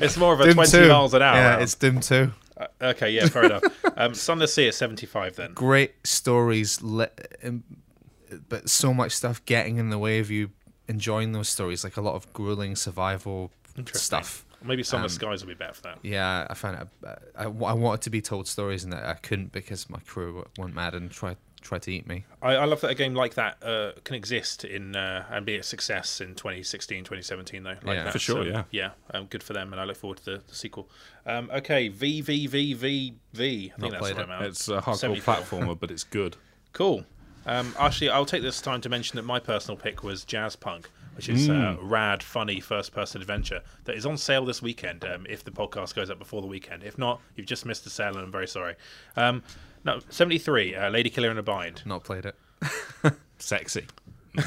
Speaker 1: it's more of a
Speaker 3: Doom
Speaker 1: 20
Speaker 3: two.
Speaker 1: miles an hour.
Speaker 3: Yeah,
Speaker 1: round.
Speaker 3: it's Doom two.
Speaker 1: Uh, okay, yeah, fair enough. Um, Sun of Sea is 75 then.
Speaker 3: great stories, le- um, but so much stuff getting in the way of you enjoying those stories. Like a lot of grueling survival stuff.
Speaker 1: Maybe Sun
Speaker 3: um,
Speaker 1: of Skies will be better for that.
Speaker 3: Yeah, I found it. uh, I, I wanted to be told stories and I couldn't because my crew went mad and tried tried to eat me.
Speaker 1: I, I love that a game like that uh, can exist in uh, and be a success in 2016, 2017, though. Like
Speaker 3: Yeah.
Speaker 1: that.
Speaker 2: For sure,
Speaker 1: So,
Speaker 2: yeah.
Speaker 1: Yeah, um, good for them, and I look forward to the, the sequel. Um, okay, VVVVV. I think that's
Speaker 3: played
Speaker 1: the right
Speaker 3: it.
Speaker 1: amount.
Speaker 2: It's a hardcore
Speaker 1: 74.
Speaker 2: platformer, but it's good.
Speaker 1: Cool. Um, actually, I'll take this time to mention that my personal pick was Jazz Punk, which is
Speaker 2: Mm.
Speaker 1: uh, rad, funny first-person adventure that is on sale this weekend. Um, if the podcast goes up before the weekend, if not, you've just missed the sale, and I'm very sorry. Um, no, seventy-three, uh, Lady Killer in a Bind.
Speaker 3: Not played it.
Speaker 2: Sexy.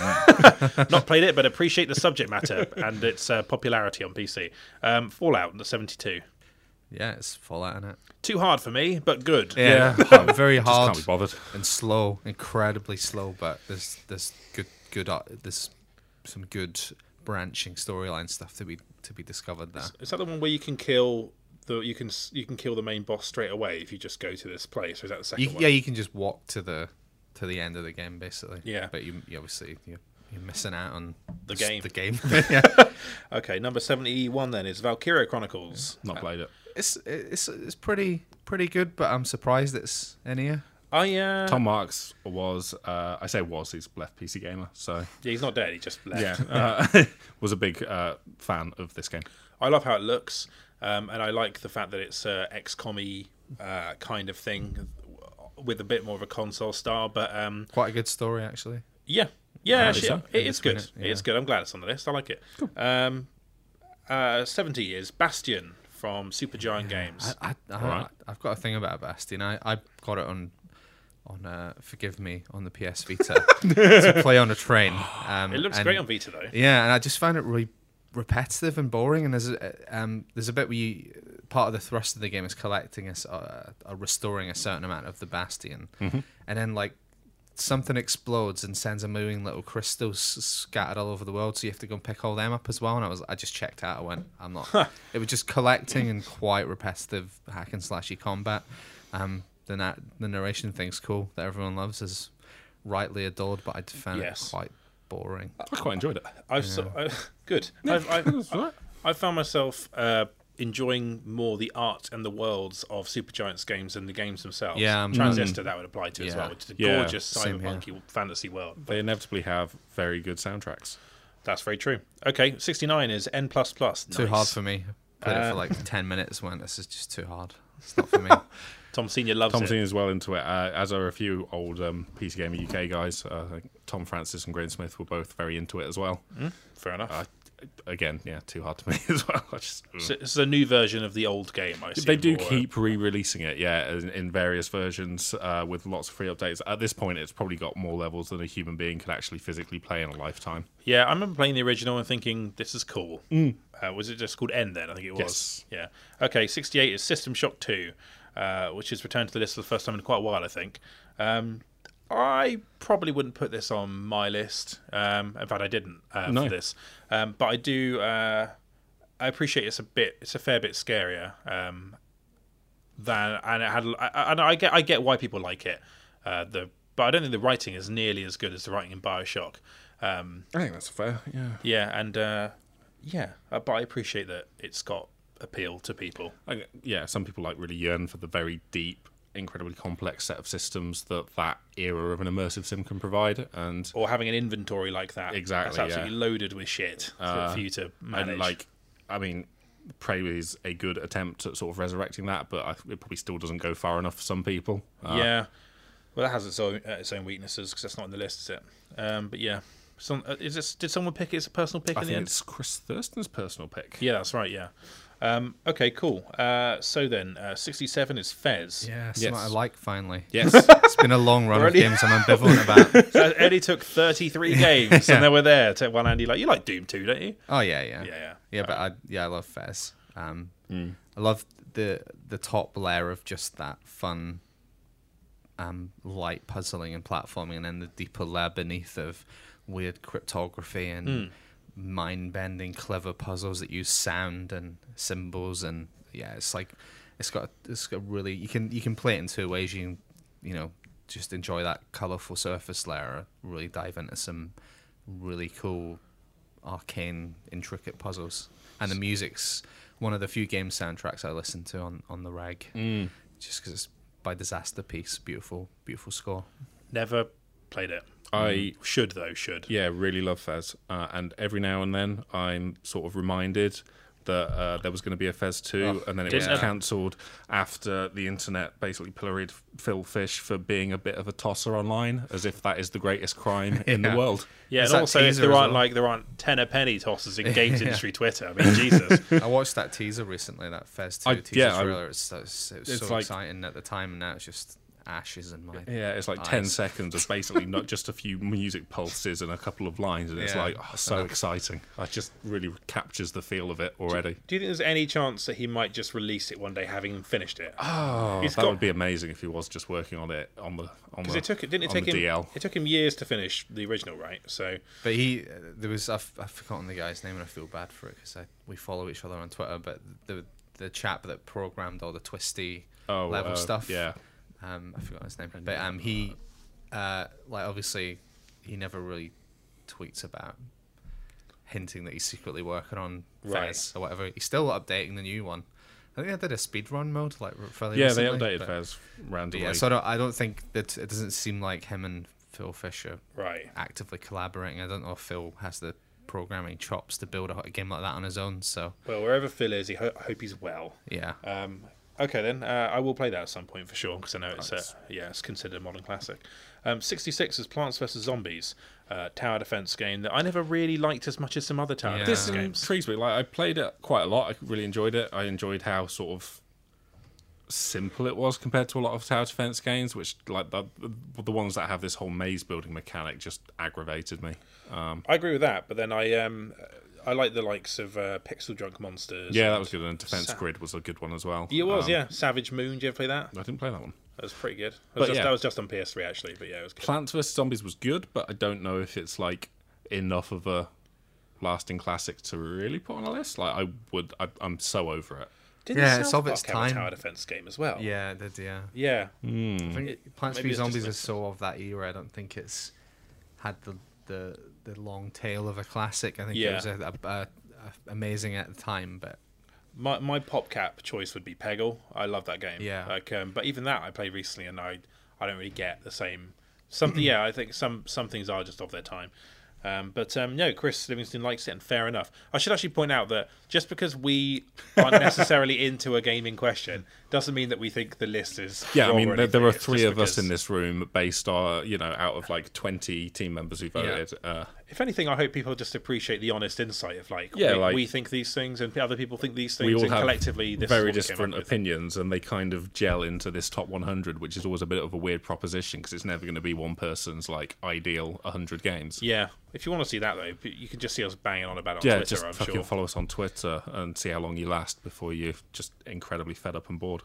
Speaker 1: Not played it, but appreciate the subject matter and its uh, popularity on PC. Um, Fallout, the seventy-two.
Speaker 3: Yeah, it's Fallout in it.
Speaker 1: Too hard for me, but good.
Speaker 2: Yeah.
Speaker 3: hard- very
Speaker 2: Just
Speaker 3: hard
Speaker 2: can't be bothered.
Speaker 3: and slow, incredibly slow. But there's there's good good uh, there's some good branching storyline stuff to be to be discovered there.
Speaker 1: Is that the one where you can kill the you can s- you can kill the main boss straight away if you just go to this place? Or is that the second
Speaker 3: You,
Speaker 1: one?
Speaker 3: yeah, you can just walk to the to the end of the game basically.
Speaker 1: Yeah.
Speaker 3: but you, you obviously you're, you're missing out on
Speaker 1: The
Speaker 3: s-
Speaker 1: game.
Speaker 3: The game. yeah,
Speaker 1: Okay, number seventy-one then is Valkyria Chronicles.
Speaker 2: Not played it.
Speaker 3: it's it's it's pretty pretty good, but I'm surprised it's in here.
Speaker 1: I uh,
Speaker 2: Tom Marks was, uh, I say was, he's left PC Gamer, so.
Speaker 1: yeah, he's not dead. He just left.
Speaker 2: Yeah. Uh, was a big uh, fan of this game.
Speaker 1: I love how it looks, um, and I like the fact that it's uh, XCOM uh, kind of thing with a bit more of a console style. But um,
Speaker 3: Quite a good story actually.
Speaker 1: yeah, yeah, actually,
Speaker 2: so.
Speaker 1: it is good.
Speaker 3: minute,
Speaker 1: It's good. I'm glad it's on the list. I like it. Um, uh, Seventy is Bastion from Supergiant Games.
Speaker 3: I, I, I,
Speaker 2: Alright.
Speaker 3: I've got a thing about Bastion. I, I got it on on uh, forgive me on the PS Vita to play on a train. Um,
Speaker 1: it looks
Speaker 3: and-
Speaker 1: great on Vita though.
Speaker 3: Yeah, and I just found it really repetitive and boring. And there's a, um, there's a bit where you part of the thrust of the game is collecting us, uh, or restoring a certain amount of the bastion, and then like something explodes and sends a million little crystals s- scattered all over the world. So you have to go and pick all them up as well. And I was, I just checked out. I went, I'm not. it was just collecting and quite repetitive hack and slashy combat. Um, the na- the narration thing's cool that everyone loves is rightly adored, but I found
Speaker 1: Yes.
Speaker 3: it quite boring.
Speaker 2: I quite enjoyed it.
Speaker 1: I've so, I, good. I've, I've, I, I found myself uh, enjoying more the art and the worlds of Supergiant's games than the games themselves.
Speaker 3: Yeah, I'm-
Speaker 1: Transistor that would apply to as
Speaker 3: Yeah.
Speaker 1: well, which is a
Speaker 2: Yeah.
Speaker 1: gorgeous
Speaker 3: Same here.
Speaker 1: cyberpunky fantasy world.
Speaker 2: They inevitably have very good soundtracks.
Speaker 1: That's very true. Okay, sixty nine is N plus plus.
Speaker 3: Too hard for me. Played it for like ten minutes. Went, this is just too hard. It's not for me.
Speaker 1: Tom Senior loves
Speaker 2: Tom's
Speaker 1: it.
Speaker 2: in as well into it, uh, as are a few old um, PC Gamer UK guys. Uh, like Tom Francis and Graham Smith were both very into it as well.
Speaker 1: Fair enough.
Speaker 2: Uh, again, yeah, too hard to me as well. I just,
Speaker 1: So it's a new version of the old game. I see.
Speaker 2: they do
Speaker 1: or, uh,
Speaker 2: keep re-releasing it, yeah, in, in various versions uh, with lots of free updates. At this point, it's probably got more levels than a human being could actually physically play in a lifetime.
Speaker 1: Yeah, I remember playing the original and thinking this is cool. Uh, was it just called N then? I think it was. Yeah. Okay, 68 is System Shock 2, uh, which has returned to the list for the first time in quite a while, I think. Um, I probably wouldn't put this on my list. Um, in fact, I didn't uh,
Speaker 2: No.
Speaker 1: for this. Um, but I do. Uh, I appreciate it's a bit. It's a fair bit scarier. Um, than and it had I- I- and I get I get why people like it. Uh, the but I don't think the writing is nearly as good as the writing in Bioshock. Um,
Speaker 2: I think that's fair. Yeah,
Speaker 1: yeah, and uh, yeah, uh, but I appreciate that it's got appeal to people.
Speaker 2: I, yeah. Some people like really yearn for the very deep, incredibly complex set of systems that that era of an immersive sim can provide, and
Speaker 1: Or having an inventory like that,
Speaker 2: Exactly, Uh,
Speaker 1: that's absolutely loaded with shit for- for you to manage.
Speaker 2: and like, I mean. Prey is a good attempt at sort of resurrecting that, but I, it probably still doesn't go far enough for some people. Uh,
Speaker 1: yeah, well, that has its own uh, its own weaknesses because that's not in the list, is it? Um, but yeah, some uh, is this did someone pick it as a personal pick
Speaker 2: I
Speaker 1: in the
Speaker 2: think
Speaker 1: end?
Speaker 2: it's Chris Thurston's personal pick.
Speaker 1: Yeah, that's right. Yeah. Um, okay, cool. Uh, so then, uh, sixty-seven is Fez.
Speaker 3: Yeah,
Speaker 2: Yes.
Speaker 3: something I like finally.
Speaker 2: Yes,
Speaker 3: It's been a long run of
Speaker 1: Already?
Speaker 3: games I'm ambivalent about.
Speaker 1: So it only Uh, took 33 games, and they were there. To one Andy, like you like Doom 2, don't you?
Speaker 3: Oh yeah, yeah,
Speaker 1: Yeah, yeah.
Speaker 3: yeah. But I yeah, I love Fez. Um, I love the the top layer of just that fun, um, light puzzling and platforming, and then the deeper layer beneath of weird cryptography and mind bending, clever puzzles that use sound and symbols, and yeah, it's like it's got it's got really you can you can play it in two ways. You can you know just enjoy that colorful surface layer, really dive into some really cool arcane, intricate puzzles. And the music's one of the few game soundtracks I listen to on, on the rag, mm. just because it's by Disaster Piece. Beautiful, beautiful score.
Speaker 1: Never played it.
Speaker 2: I
Speaker 1: Should though, should.
Speaker 2: yeah really love Fez, uh, and every now and then I'm sort of reminded that uh, there was going to be a Fez two,
Speaker 1: Oh,
Speaker 2: and then it was
Speaker 1: didn't-
Speaker 2: cancelled after the internet basically pilloried Phil Fish for being a bit of a tosser online, as if that is the greatest crime in the
Speaker 3: Yeah.
Speaker 2: world.
Speaker 1: Yeah,
Speaker 3: Is
Speaker 1: and
Speaker 3: that
Speaker 1: also if
Speaker 3: teaser
Speaker 1: there
Speaker 3: as
Speaker 1: aren't
Speaker 3: well?
Speaker 1: like there aren't ten a penny tosses in games industry Twitter. I mean, Jesus.
Speaker 3: I watched that teaser recently, that Fez 2
Speaker 2: I-
Speaker 3: teaser
Speaker 2: yeah, I-
Speaker 3: trailer. It's, it's, it was
Speaker 2: It's
Speaker 3: so
Speaker 2: like-
Speaker 3: exciting at the time, and now it's just ashes in my.
Speaker 2: Yeah, it's like ten
Speaker 3: Nice.
Speaker 2: seconds of basically not just a few music pulses and a couple of lines, and it's
Speaker 3: Yeah.
Speaker 2: like oh, so exciting. I just really captures the feel of it already.
Speaker 1: Do you think there's any chance that he might just release it one day, having finished it?
Speaker 2: Oh,
Speaker 1: He's
Speaker 2: that
Speaker 1: got-
Speaker 2: would be amazing if he was just working on it on the on the
Speaker 1: Because it took didn't it
Speaker 2: on
Speaker 1: take
Speaker 2: the
Speaker 1: him?
Speaker 2: DL.
Speaker 1: It took him years to finish the original, right? So
Speaker 3: But he, uh, there was I've, I've forgotten the guy's name, and I feel bad for it because we follow each other on Twitter. But the the chap that programmed all the twisty
Speaker 2: Oh,
Speaker 3: level
Speaker 2: uh,
Speaker 3: stuff,
Speaker 2: yeah.
Speaker 3: um, I forgot his name. But um, he, uh, like obviously, he never really tweets about hinting that he's secretly working on
Speaker 1: Right.
Speaker 3: Fez or whatever. He's still updating the new one. I think they did a speedrun mode like fairly
Speaker 2: Yeah, they
Speaker 3: recently,
Speaker 2: updated
Speaker 3: but-
Speaker 2: Fez
Speaker 3: but
Speaker 2: randomly.
Speaker 3: Yeah, so I don't, I don't think that it doesn't seem like him and Phil Fisher
Speaker 1: right.
Speaker 3: actively collaborating. I don't know if Phil has the programming chops to build a, a game like that on his own. So
Speaker 1: Well, wherever Phil is, he ho- I hope he's well.
Speaker 3: yeah,
Speaker 1: Um, okay, then uh, I will play that at some point for sure because I know it's a, yeah, it's considered a modern classic. Um, 66 is Plants vs Zombies, uh, tower defense game that I never really liked as much as some other tower
Speaker 3: Yeah.
Speaker 1: defense
Speaker 2: this
Speaker 1: games.
Speaker 2: intrigues me. Like I played it quite a lot. I really enjoyed it. I enjoyed how sort of simple it was compared to a lot of tower defense games, which like the the ones that have this whole maze building mechanic just aggravated me.
Speaker 1: I agree with that, but then I um, I like the likes of uh, Pixel Junk Monsters.
Speaker 2: Yeah, that was good. And Defense
Speaker 1: Sa-
Speaker 2: Grid was a good one as well.
Speaker 1: It was
Speaker 2: Um,
Speaker 1: yeah. Savage Moon. Did you ever play that?
Speaker 2: I didn't play that one.
Speaker 1: That was pretty good. That was,
Speaker 2: But
Speaker 1: just,
Speaker 2: yeah.
Speaker 1: that was just on PS3 actually, but yeah, it was good.
Speaker 2: Plants vs Zombies was good, but I don't know if it's like enough of a lasting classic to really put on a list. Like I would, I, I'm so over it.
Speaker 1: Did
Speaker 3: Yeah, it's of its
Speaker 1: a
Speaker 3: time.
Speaker 1: tower defense game as well.
Speaker 3: yeah, they did, yeah.
Speaker 1: Yeah.
Speaker 3: I think Plants
Speaker 1: Mm. maybe it's
Speaker 3: vs
Speaker 1: just
Speaker 3: Zombies
Speaker 1: like-
Speaker 3: is so of that era. I don't think it's had the the, the long tail of a classic. I think
Speaker 1: Yeah.
Speaker 3: it was a, a, a, a amazing at the time, but
Speaker 1: My my pop cap choice would be Peggle. I love that game.
Speaker 3: Yeah.
Speaker 1: Like, um, but even that I played recently, and I I don't really get the same. Something. yeah, I think some some things are just of their time. Um, but um, no, Chris Livingston likes it, and fair enough. I should actually point out that just because we aren't necessarily into a game in question doesn't mean that we think the list is.
Speaker 2: Yeah, I
Speaker 1: wrong
Speaker 2: mean,
Speaker 1: or
Speaker 2: there, there
Speaker 1: anything.
Speaker 2: are
Speaker 1: It's
Speaker 2: three
Speaker 1: just
Speaker 2: of us
Speaker 1: because-
Speaker 2: in this room based on, you know, out of like 20 team members who voted. Uh,
Speaker 1: if anything, I hope people just appreciate the honest insight of like,
Speaker 2: Yeah,
Speaker 1: we,
Speaker 2: like-
Speaker 1: we think these things and other people think these things,
Speaker 2: we all
Speaker 1: and
Speaker 2: have
Speaker 1: collectively, this is
Speaker 2: very
Speaker 1: what we came
Speaker 2: different
Speaker 1: up with.
Speaker 2: opinions, and they kind of gel into this top 100, which is always a bit of a weird proposition because it's never going to be one person's like ideal 100 games.
Speaker 1: Yeah, if you want to see that though, you can just see us banging on about it on
Speaker 2: Yeah,
Speaker 1: Twitter.
Speaker 2: just
Speaker 1: I'm
Speaker 2: fucking
Speaker 1: sure.
Speaker 2: follow us on Twitter and see how long you last before you're just incredibly fed up and bored.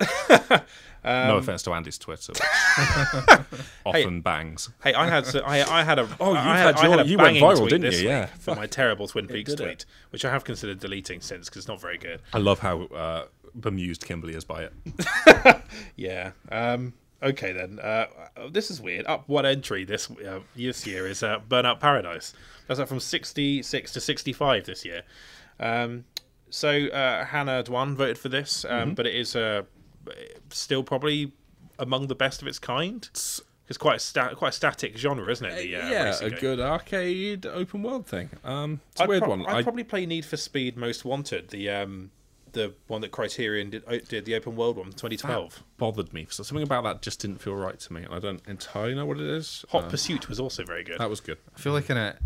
Speaker 2: no offense to Andy's Twitter, which uh, often bangs.
Speaker 1: Um, Hey, I had so I, I had a oh
Speaker 2: you
Speaker 1: I
Speaker 2: had
Speaker 1: I
Speaker 2: your-
Speaker 1: a
Speaker 2: you went
Speaker 1: banging
Speaker 2: viral,
Speaker 1: tweet
Speaker 2: didn't
Speaker 1: this
Speaker 2: you?
Speaker 1: week
Speaker 2: Yeah.
Speaker 1: for my terrible Twin Peaks
Speaker 2: did it.
Speaker 1: tweet, which I have considered deleting since because it's not very good.
Speaker 2: I love how uh, bemused Kimberly is by it.
Speaker 1: Yeah. Um, okay then. Uh, this is weird. Up one entry this uh, this year is uh, Burnout Paradise. That's up from sixty six to sixty five this year. Um, so uh, Hannah Dwan voted for this, um,
Speaker 2: Mm-hmm.
Speaker 1: but it is uh, still probably among the best of its kind. It's, quite a sta- quite a static genre, isn't it? The, uh, racing game?
Speaker 2: arcade open world thing. Um, it's
Speaker 1: I'd prob- I'd probably play Need for Speed Most Wanted, the um, the one that Criterion did, o- did the open world one,
Speaker 2: Ah.
Speaker 1: 2012.
Speaker 2: bothered me. So something about that just didn't feel right to me, and I don't entirely know what it is.
Speaker 1: Hot
Speaker 2: Uh,
Speaker 1: Pursuit was also very good.
Speaker 2: that was good.
Speaker 3: I feel like in a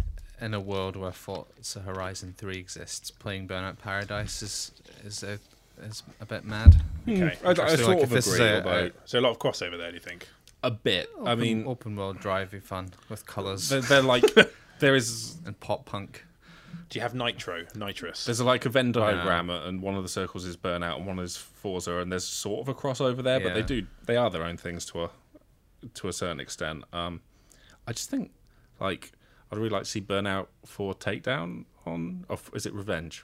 Speaker 3: in a world where Forza Horizon Three exists, playing Burnout Paradise is is a is a bit mad.
Speaker 1: okay.
Speaker 2: Hmm. I, I
Speaker 3: Interesting,
Speaker 2: sort
Speaker 3: like, if
Speaker 2: of
Speaker 3: this is
Speaker 2: agree,
Speaker 3: a-
Speaker 2: although
Speaker 1: So a lot of crossover there, do you think?
Speaker 2: uh, a bit. I
Speaker 3: Open-
Speaker 2: mean,
Speaker 3: open world driving fun with colors
Speaker 2: they're, they're like there is
Speaker 3: and pop punk.
Speaker 1: Do you have Nitro, Nitrous?
Speaker 2: there's like a Venn diagram, uh, and one of the circles is Burnout, and one is Forza, and there's sort of a crossover there, but they
Speaker 3: Yeah.
Speaker 2: do they are their own things to a to a certain extent. Um, I just think like I'd really like to see Burnout for Takedown on, or f- is it Revenge?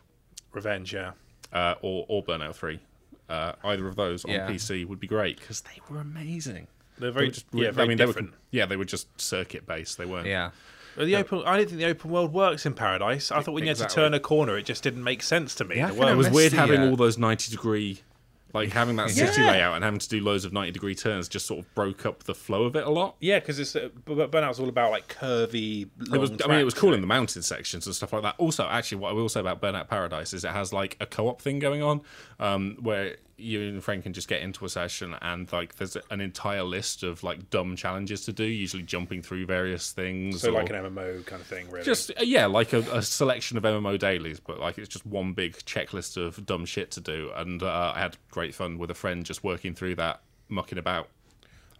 Speaker 1: Revenge, yeah.
Speaker 2: uh, or, or Burnout 3. Uh, either of those on
Speaker 3: Yeah.
Speaker 2: PC would be great because they were amazing.
Speaker 1: They're very,
Speaker 2: They were just re-
Speaker 1: yeah, very
Speaker 2: I mean,
Speaker 1: different.
Speaker 2: They were, yeah, they were just circuit based. They weren't.
Speaker 3: Yeah,
Speaker 1: Well, the open, I didn't think the open world works in Paradise. I thought when you had to
Speaker 2: Exactly.
Speaker 1: turn a corner, it just didn't make sense to me.
Speaker 2: Yeah,
Speaker 1: the
Speaker 2: it
Speaker 1: world
Speaker 2: was
Speaker 3: missed
Speaker 2: weird
Speaker 3: the,
Speaker 2: having
Speaker 3: uh,
Speaker 2: all those 90 degree, like having that city
Speaker 1: Yeah.
Speaker 2: layout and having to do loads of 90 degree turns just sort of broke up the flow of it a lot.
Speaker 1: yeah, because it's uh, B- B- Burnout's all about like curvy.
Speaker 2: It was,
Speaker 1: long
Speaker 2: I mean, it was
Speaker 1: tracks,
Speaker 2: cool
Speaker 1: isn't
Speaker 2: in the mountain sections and stuff like that. Also, actually, what I will say about Burnout Paradise is it has like a co-op thing going on, um, where you and Frank can just get into a session and like there's an entire list of like dumb challenges to do, usually jumping through various things.
Speaker 1: So
Speaker 2: or-
Speaker 1: like an MMO kind of thing, really.
Speaker 2: just uh, yeah, like a, a selection of MMO dailies, but like it's just one big checklist of dumb shit to do. And uh, I had great fun with a friend just working through that, mucking about.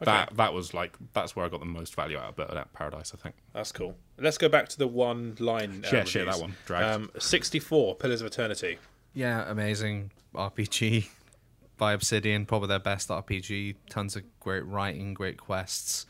Speaker 2: That that was like that's where I got the most value out of Burnout Paradise, I think.
Speaker 1: That's cool. Let's go back to the one line. Uh,
Speaker 2: Yeah, shit,
Speaker 1: reviews.
Speaker 2: that one. Dragged.
Speaker 1: Um, 64, Pillars of Eternity.
Speaker 3: yeah, amazing RPG by Obsidian, probably their best RPG. Tons of great writing, great quests,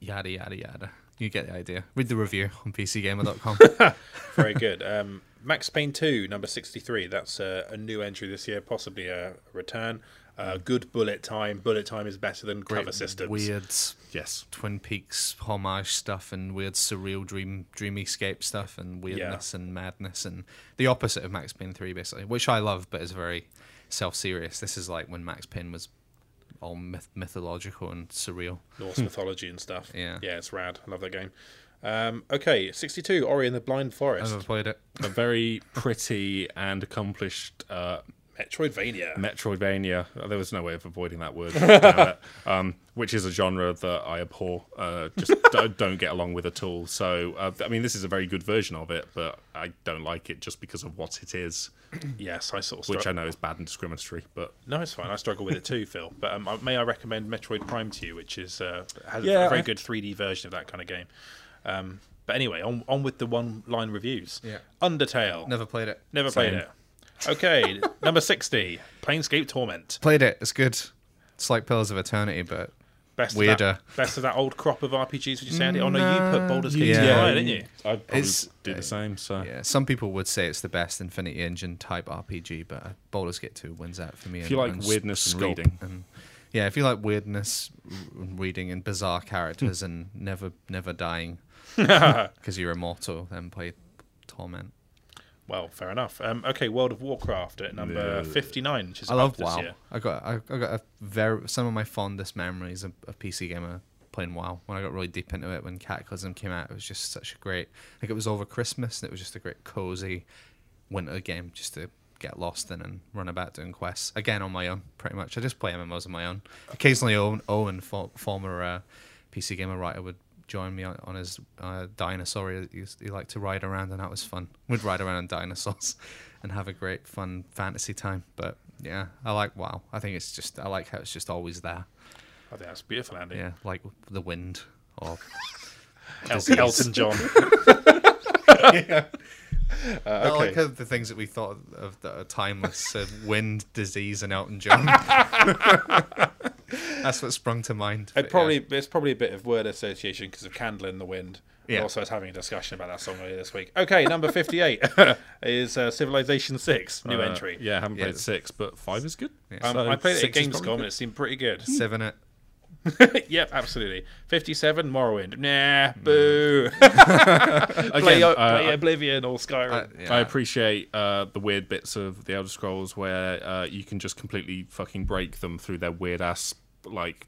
Speaker 3: yada yada yada. You get the idea. Read the review on PCGamer.com.
Speaker 1: Very good. Um, Max Payne 2, number 63. That's uh, a new entry this year, possibly a return. Uh, good bullet time. Bullet time is better than cover systems.
Speaker 3: Weird
Speaker 2: Yes.
Speaker 3: Twin Peaks homage stuff and weird surreal dream dreamyscape stuff and weirdness and madness and the opposite of Max Payne three basically, which I love but is very self serious. This is like when Max Payne was all myth- mythological and surreal.
Speaker 1: Norse mythology and stuff.
Speaker 3: Yeah.
Speaker 1: Yeah, it's rad. I love that game. Um, okay, 62, Ori and the Blind
Speaker 3: I've
Speaker 1: Forest.
Speaker 3: never played it.
Speaker 2: a very pretty and accomplished uh,
Speaker 1: Metroidvania.
Speaker 2: Metroidvania. Uh, There was no way of avoiding that word, damn it. um, which is a genre that I abhor. Uh, just don't, don't get along with at all. So, uh, I mean, this is a very good version of it, but I don't like it just because of what it is,
Speaker 1: yes, I sort of
Speaker 2: which
Speaker 1: struggle.
Speaker 2: I know is bad and discriminatory. But
Speaker 1: No, it's fine. I struggle with it too, Phil. But um, I- may I recommend Metroid Prime to you, which is uh, has a
Speaker 2: Yeah,
Speaker 1: very
Speaker 2: I-
Speaker 1: good 3D version of that kind of game. Um, but anyway, on, on with the one line reviews.
Speaker 3: Yeah.
Speaker 1: Undertale.
Speaker 3: Never played it.
Speaker 1: Never
Speaker 2: Same.
Speaker 1: played it. Okay, number 60, Planescape Torment.
Speaker 3: Played it. It's good. It's like Pillars of Eternity, but
Speaker 1: Best Of
Speaker 3: Weirder.
Speaker 1: that, best of that old crop of RPGs, would you say, Andy? Oh, no, you put Baldur's Gate
Speaker 3: Yeah.
Speaker 1: yeah. didn't you?
Speaker 2: I probably
Speaker 3: It's-
Speaker 2: do the same. So,
Speaker 3: yeah, some people would say it's the best Infinity Engine type RPG, but uh, Baldur's Gate two wins out for me.
Speaker 2: if you like weirdness and reading,
Speaker 3: and yeah, if you like weirdness and reading and bizarre
Speaker 2: Hmm.
Speaker 3: characters and never never dying because you're immortal, then play Torment.
Speaker 1: Well, fair enough. Um, okay, World of Warcraft at number
Speaker 2: Yeah.
Speaker 1: 59, which is
Speaker 3: I love
Speaker 1: up this
Speaker 3: WoW.
Speaker 1: year.
Speaker 3: I got I, I got a very some of my fondest memories of, of PC gamer playing WoW when I got really deep into it when Cataclysm came out. It was just such a great like it was over Christmas and it was just a great cozy winter game just to get lost in and run about doing quests again on my own pretty much. I just play MMOs on my own. Occasionally, Owen, Owen for, former uh, PC gamer writer would joined me on, on his uh, dinosaur. He, used- he liked to ride around, and that was fun. We'd ride around on dinosaurs and have a great fun fantasy time. But yeah, I like WoW. I think it's just I like how it's just always there.
Speaker 1: I think that's beautiful, Andy.
Speaker 3: Yeah, like the wind or
Speaker 1: El- Elton John.
Speaker 3: I
Speaker 1: Uh, okay.
Speaker 3: like how the things that we thought of that are timeless: uh, wind, disease, and Elton John. That's what sprung to mind. but
Speaker 1: It
Speaker 3: yeah.
Speaker 1: probably it's probably a bit of word association because of "Candle in the Wind." We
Speaker 3: Yeah.
Speaker 1: Also, I was having a discussion about that song earlier this week. Okay, number fifty-eight is uh, Civilization Six, new
Speaker 2: Uh,
Speaker 1: entry.
Speaker 2: Yeah, I haven't
Speaker 3: Yeah.
Speaker 2: played six, but five is good.
Speaker 3: Yeah.
Speaker 1: Um,
Speaker 2: So
Speaker 1: I played it at
Speaker 2: six is
Speaker 1: Gamescom
Speaker 2: probably
Speaker 1: and it seemed pretty good.
Speaker 3: seven it.
Speaker 1: yep, absolutely. Fifty-seven, Morrowind. Nah, boo.
Speaker 2: good.
Speaker 1: Mm. play,
Speaker 2: Again, uh,
Speaker 1: play
Speaker 2: I-
Speaker 1: Oblivion or Skyrim.
Speaker 3: Uh, yeah.
Speaker 2: I appreciate uh, the weird bits of the Elder Scrolls where uh, you can just completely fucking break them through their weird ass like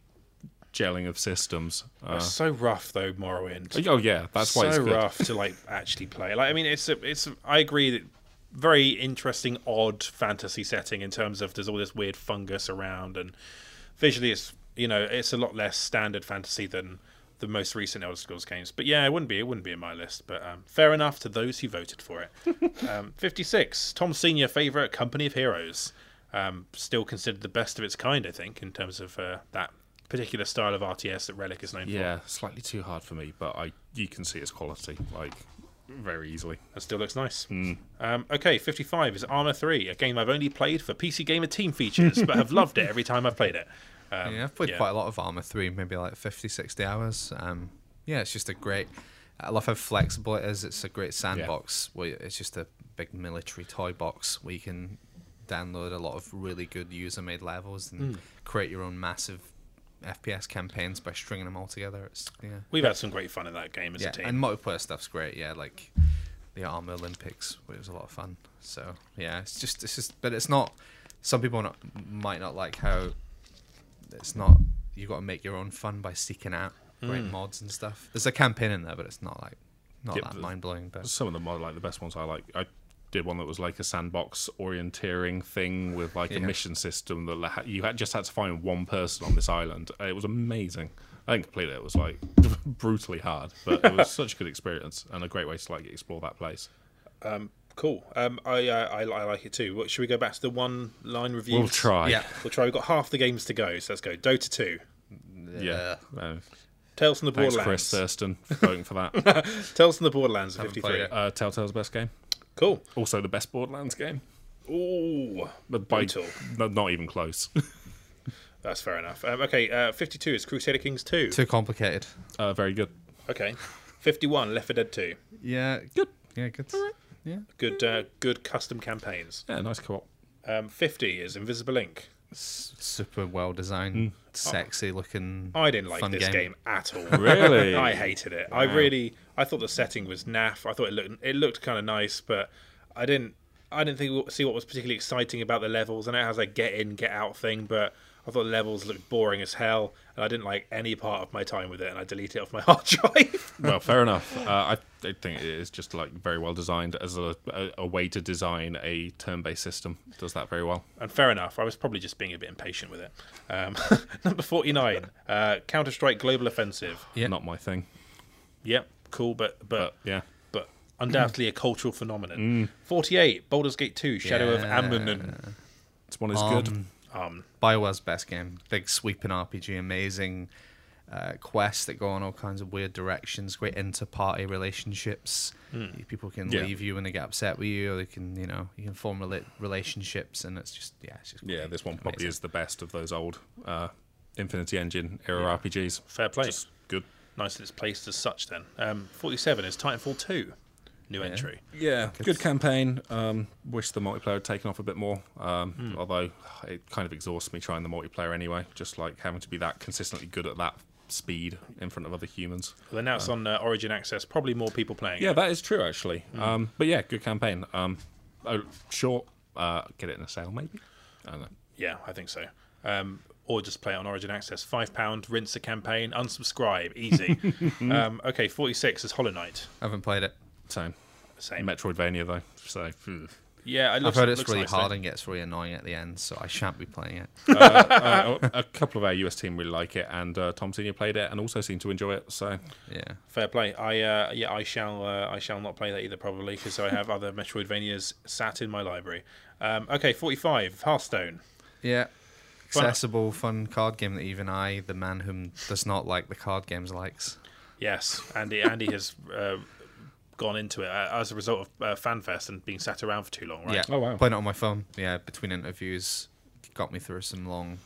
Speaker 2: gelling of systems. Uh,
Speaker 1: It's so rough though, Morrowind.
Speaker 2: oh yeah, that's why
Speaker 1: so
Speaker 2: it's good.
Speaker 1: rough to like actually play. Like, I mean, it's a, it's. a- I agree that very interesting, odd fantasy setting in terms of there's all this weird fungus around, and visually, it's you know, it's a lot less standard fantasy than the most recent Elder Scrolls games. But yeah, it wouldn't be it wouldn't be in my list. But um, fair enough to those who voted for it. um, Fifty six, Tom Senior favorite Company of Heroes. Um, still considered the best of its kind, I think, in terms of uh, that particular style of RTS that Relic is known for.
Speaker 2: Yeah, slightly too hard for me, but I you can see its quality like very easily.
Speaker 1: That still looks nice.
Speaker 3: Hmm.
Speaker 1: Um, okay, 55 is Armour 3, a game I've only played for PC Gamer Team features, but have loved it every time I've played it. Um,
Speaker 3: yeah, I've played
Speaker 1: yeah.
Speaker 3: quite a lot of Armour 3, maybe like 50, 60 hours. Um, yeah, it's just a great. I love how flexible it is. It's a great sandbox. Where it's just a big military toy box where you can download a lot of really good user made levels
Speaker 1: Hmm.
Speaker 3: and create your own massive FPS campaigns by stringing them all together. It's yeah.
Speaker 1: We've had some great fun in that game as
Speaker 3: Yeah,
Speaker 1: a team.
Speaker 3: and multiplayer stuff's great. Yeah, like the Armour Olympics, which was a lot of fun. So yeah, it's just it's just, but it's not. Some people not, might not like how it's not. You got to make your own fun by seeking out great mods and stuff. There's a campaign in there, but it's not like not
Speaker 2: Yeah,
Speaker 3: that
Speaker 2: the-
Speaker 3: mind blowing. But
Speaker 2: Some of them are like the best ones I like. I did one that was like a sandbox orienteering thing with like a
Speaker 3: Yeah.
Speaker 2: mission system that la- you had, just had to find one person on this island. Uh, It was amazing. I didn't complete it. It was like brutally hard, but it was such a good experience and a great way to like explore that place.
Speaker 1: cool. Um, I, uh, I, I like it too. What, should we go back to the one line review?
Speaker 2: We'll try.
Speaker 3: yeah,
Speaker 1: We'll try. We've got half the games to go, so let's go. Dota 2,
Speaker 2: yeah. Uh,
Speaker 1: Tales from the
Speaker 2: thanks,
Speaker 1: Borderlands.
Speaker 2: Chris Thurston, for going for that.
Speaker 1: Tales from the Borderlands at
Speaker 3: Haven't
Speaker 1: 53.
Speaker 3: played
Speaker 2: uh, Telltale's best game,
Speaker 1: Cool.
Speaker 2: also the best Borderlands game,
Speaker 1: Ooh.
Speaker 2: but by
Speaker 1: Brutal.
Speaker 2: no, not even close.
Speaker 1: That's fair enough. Um, okay, uh, 52 is Crusader Kings 2.
Speaker 3: too complicated.
Speaker 2: uh, very good.
Speaker 1: Okay. 51, Left 4 Dead 2.
Speaker 3: Yeah, good. Yeah, good. Yeah,
Speaker 1: Good, uh, good custom campaigns.
Speaker 2: Yeah, nice co-op.
Speaker 1: Um, 50 is Invisible Ink.
Speaker 3: S- super well designed, sexy looking.
Speaker 1: I didn't like
Speaker 3: fun
Speaker 1: this game. at all.
Speaker 2: Really?
Speaker 1: I hated it. I really I thought the setting was naff. I thought it looked it looked kind of nice, but I didn't I didn't think see what was particularly exciting about the levels. I know it has a get in get out thing, but I thought the levels looked boring as hell, and I didn't like any part of my time with it, and I deleted it off my hard drive.
Speaker 2: well, fair enough. Uh, I, I think it is just like very well designed as a, a, a way to design a turn-based system. Does that very well.
Speaker 1: and fair enough, I was probably just being a bit impatient with it. Um, number forty nine, uh, Counter Strike Global Offensive.
Speaker 3: Yeah.
Speaker 2: Not my thing.
Speaker 1: Yep, cool, but but
Speaker 2: Yeah.
Speaker 1: but undoubtedly a cultural phenomenon. Forty eight, Baldur's Gate two, Shadow
Speaker 3: Mm. Yeah.
Speaker 1: of Ammonen.
Speaker 2: This one is good.
Speaker 1: Um,
Speaker 3: Bioware's best game. Big sweeping RPG, amazing uh, quests that go on all kinds of weird directions. Great inter-party relationships.
Speaker 1: Hmm.
Speaker 3: You- People can
Speaker 2: Yeah.
Speaker 3: leave you when they get upset with you, or they can, you know, you can form rela- relationships, and it's just yeah, it's just
Speaker 2: Yeah, this one probably
Speaker 3: amazing.
Speaker 2: is the best of those old uh, Infinity Engine era RPGs.
Speaker 1: Fair play.
Speaker 2: Just good.
Speaker 1: nice that it's placed as such then. Um, 47 is Titanfall 2, new entry.
Speaker 2: Yeah, good campaign. Um, wish the multiplayer had taken off a bit more. Um,
Speaker 1: Hmm.
Speaker 2: Although it kind of exhausts me trying the multiplayer anyway. Just like having to be that consistently good at that speed in front of other humans.
Speaker 1: Well, then now it's on uh, Origin Access, probably more people playing
Speaker 2: Yeah,
Speaker 1: it.
Speaker 2: that is true actually. Um, but yeah, good campaign. Um, oh, short. Uh, get it in a sale maybe. I don't know.
Speaker 1: Yeah, I think so. Um, or just play it on Origin Access. £5, rinse the campaign, unsubscribe, easy. um, okay, 46 is Hollow Knight.
Speaker 3: I haven't played it.
Speaker 2: Same.
Speaker 1: Same.
Speaker 2: Metroidvania though. So phew.
Speaker 1: Yeah, it
Speaker 3: I've
Speaker 1: looks,
Speaker 3: heard it's
Speaker 1: looks
Speaker 3: really
Speaker 1: nice,
Speaker 3: hard
Speaker 1: though.
Speaker 3: and gets really annoying at the end, so I shan't be playing it.
Speaker 2: uh, uh, a couple of our US team really like it, and uh, Tom Senior played it and also seemed to enjoy it. So
Speaker 3: Yeah.
Speaker 1: Fair play. I uh, yeah, I shall uh, I shall not play that either probably because I have other Metroidvanias sat in my library. Um, okay, forty-five Hearthstone.
Speaker 3: Yeah.
Speaker 1: Fun-
Speaker 3: Accessible, fun card game that even I, the man whom does not like the card games, likes.
Speaker 1: Yes, Andy. Andy has uh, gone into it uh, as a result of uh, FanFest and being sat around for too long, right?
Speaker 3: Yeah.
Speaker 2: Oh, wow.
Speaker 3: Playing it on my phone. Yeah, between interviews, got me through some long,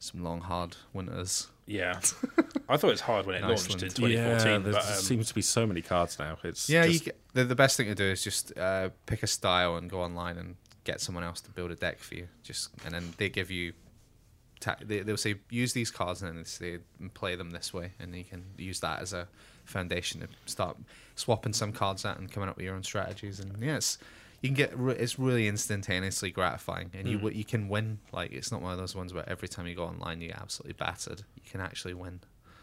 Speaker 3: some long hard winters.
Speaker 1: Yeah. I thought it was hard when it launched in
Speaker 3: Iceland.
Speaker 1: 2014.
Speaker 2: there
Speaker 1: but, um,
Speaker 2: seems to be so many cards now. It's
Speaker 3: Yeah,
Speaker 2: just-
Speaker 3: you, ca- the, the best thing to do is just uh, pick a style and go online and get someone else to build a deck for you. Just and then they give you, ta- they, they'll say use these cards and then they say play them this way, and you can use that as a foundation to start swapping some cards out and coming up with your own strategies. And yes, you can get re- it's really instantaneously gratifying, and you
Speaker 2: Mm.
Speaker 3: you you can win. Like it's not one of those ones where every time you go online you get absolutely battered. You can actually win.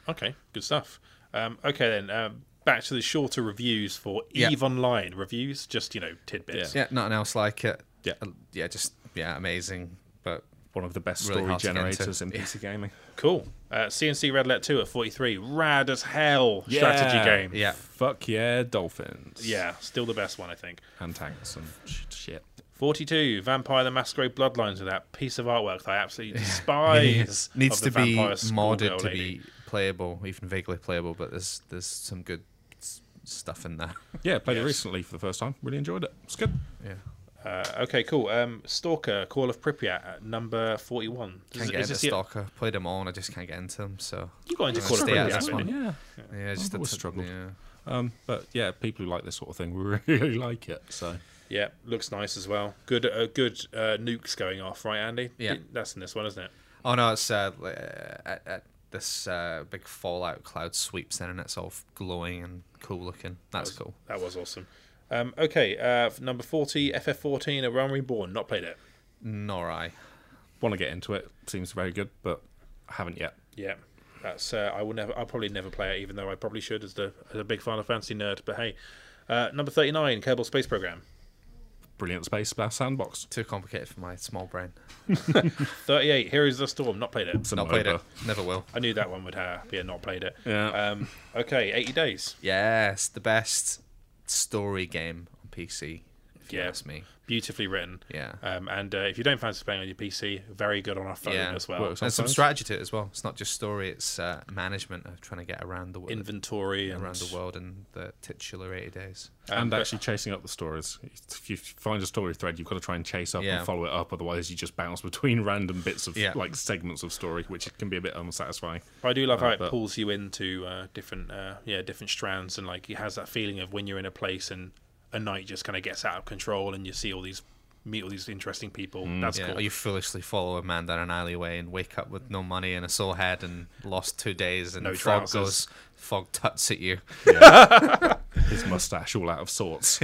Speaker 1: Okay, good stuff. Um, okay, then um, back to the shorter reviews for
Speaker 3: Yeah.
Speaker 1: Eve Online reviews, just you know tidbits.
Speaker 3: Yeah, nothing else like it.
Speaker 2: Yeah.
Speaker 3: Uh, yeah, just yeah, amazing. But
Speaker 2: one of the best
Speaker 3: Really
Speaker 2: story
Speaker 3: hard to get into.
Speaker 2: generators in PC gaming.
Speaker 1: Cool. Uh, CNC Red Let Two at forty-three, rad as hell strategy game.
Speaker 3: Yeah.
Speaker 2: Fuck yeah, dolphins.
Speaker 1: Yeah, still the best one I think.
Speaker 2: And tanks and sh- shit.
Speaker 1: 42 Vampire the Masquerade Bloodlines with that piece of artwork that I absolutely despise.
Speaker 3: needs
Speaker 1: of the
Speaker 3: to be
Speaker 1: vampire schoolgirl
Speaker 3: modded to
Speaker 1: lady.
Speaker 3: be playable, even vaguely playable. But there's there's some good s- stuff in there.
Speaker 2: Yeah, played
Speaker 1: Yes.
Speaker 2: it recently for the first time. Really enjoyed it. It's good.
Speaker 3: Yeah,
Speaker 1: Uh, okay, cool. Um, Stalker Call of Pripyat at number 41. Is-
Speaker 3: can't
Speaker 1: is
Speaker 3: get into
Speaker 1: this the-
Speaker 3: Stalker. Played them all, and I just can't get into them. So
Speaker 1: You got into
Speaker 3: I'm
Speaker 1: Call of
Speaker 3: gonna stay out of
Speaker 1: Pripyat,
Speaker 3: this
Speaker 1: didn't
Speaker 3: one.
Speaker 1: you?
Speaker 2: Yeah.
Speaker 3: yeah,
Speaker 2: I've
Speaker 3: just
Speaker 2: always
Speaker 3: didn't-
Speaker 2: struggled.
Speaker 3: Yeah.
Speaker 2: Um, but yeah, people who like this sort of thing really like it. So
Speaker 1: Yeah, looks nice as well. Good, uh, good uh, nukes going off, right, Andy?
Speaker 3: Yeah.
Speaker 1: that's in this one, isn't it?
Speaker 3: Oh no, it's uh, li- uh, at, at this uh, big Fallout cloud sweeps in, and it's all glowing and cool looking. That's cool.
Speaker 1: That was awesome. Um, okay, uh, number forty, FF14, A Realm Reborn. Not played it.
Speaker 3: Nor I.
Speaker 2: want to get into it. Seems very good, but haven't yet.
Speaker 1: Yeah, that's. Uh, I will never. I'll probably never play it, even though I probably should, as the as a big Final Fantasy nerd. But hey, uh, number thirty-nine, Kerbal Space Program.
Speaker 2: Brilliant space splash sandbox.
Speaker 3: Too complicated for my small brain.
Speaker 1: Thirty-eight, Heroes of the Storm. Not played it.
Speaker 2: Some
Speaker 3: Not played
Speaker 2: over.
Speaker 3: it. Never will.
Speaker 1: I knew that one would uh, be a not played it.
Speaker 2: Yeah.
Speaker 1: Um, okay, eighty days.
Speaker 3: Yes, the best story game on PC. If you
Speaker 1: Yeah.
Speaker 3: ask me.
Speaker 1: Beautifully written.
Speaker 3: Yeah.
Speaker 1: Um, and uh, if you don't fancy playing on your PC, very good on our phone
Speaker 3: Yeah.
Speaker 1: as well.
Speaker 2: Works
Speaker 3: and some
Speaker 2: sometimes.
Speaker 3: strategy to it as well. It's not just story; it's uh, management of trying to get around the world,
Speaker 1: Inventory and
Speaker 3: around the world, and the titular eighty days.
Speaker 2: and
Speaker 1: but-
Speaker 2: actually chasing up the stories. If you find a story thread, you've got to try and chase up
Speaker 3: Yeah.
Speaker 2: and follow it up. Otherwise, you just bounce between random bits of
Speaker 3: Yeah.
Speaker 2: like segments of story, which can be a bit unsatisfying.
Speaker 1: But I do love how it
Speaker 2: but-
Speaker 1: pulls you into uh, different, uh, yeah, different strands, and like it has that feeling of when you're in a place and a night just kind of gets out of control, and you see all these, meet all these interesting people. That's
Speaker 3: Mm, Yeah,
Speaker 1: cool.
Speaker 3: or you foolishly follow a man down an alleyway and wake up with no money and a sore head and lost two days and
Speaker 1: No
Speaker 3: fog
Speaker 1: trousers.
Speaker 3: goes, fog tuts at you.
Speaker 2: His mustache all out of sorts.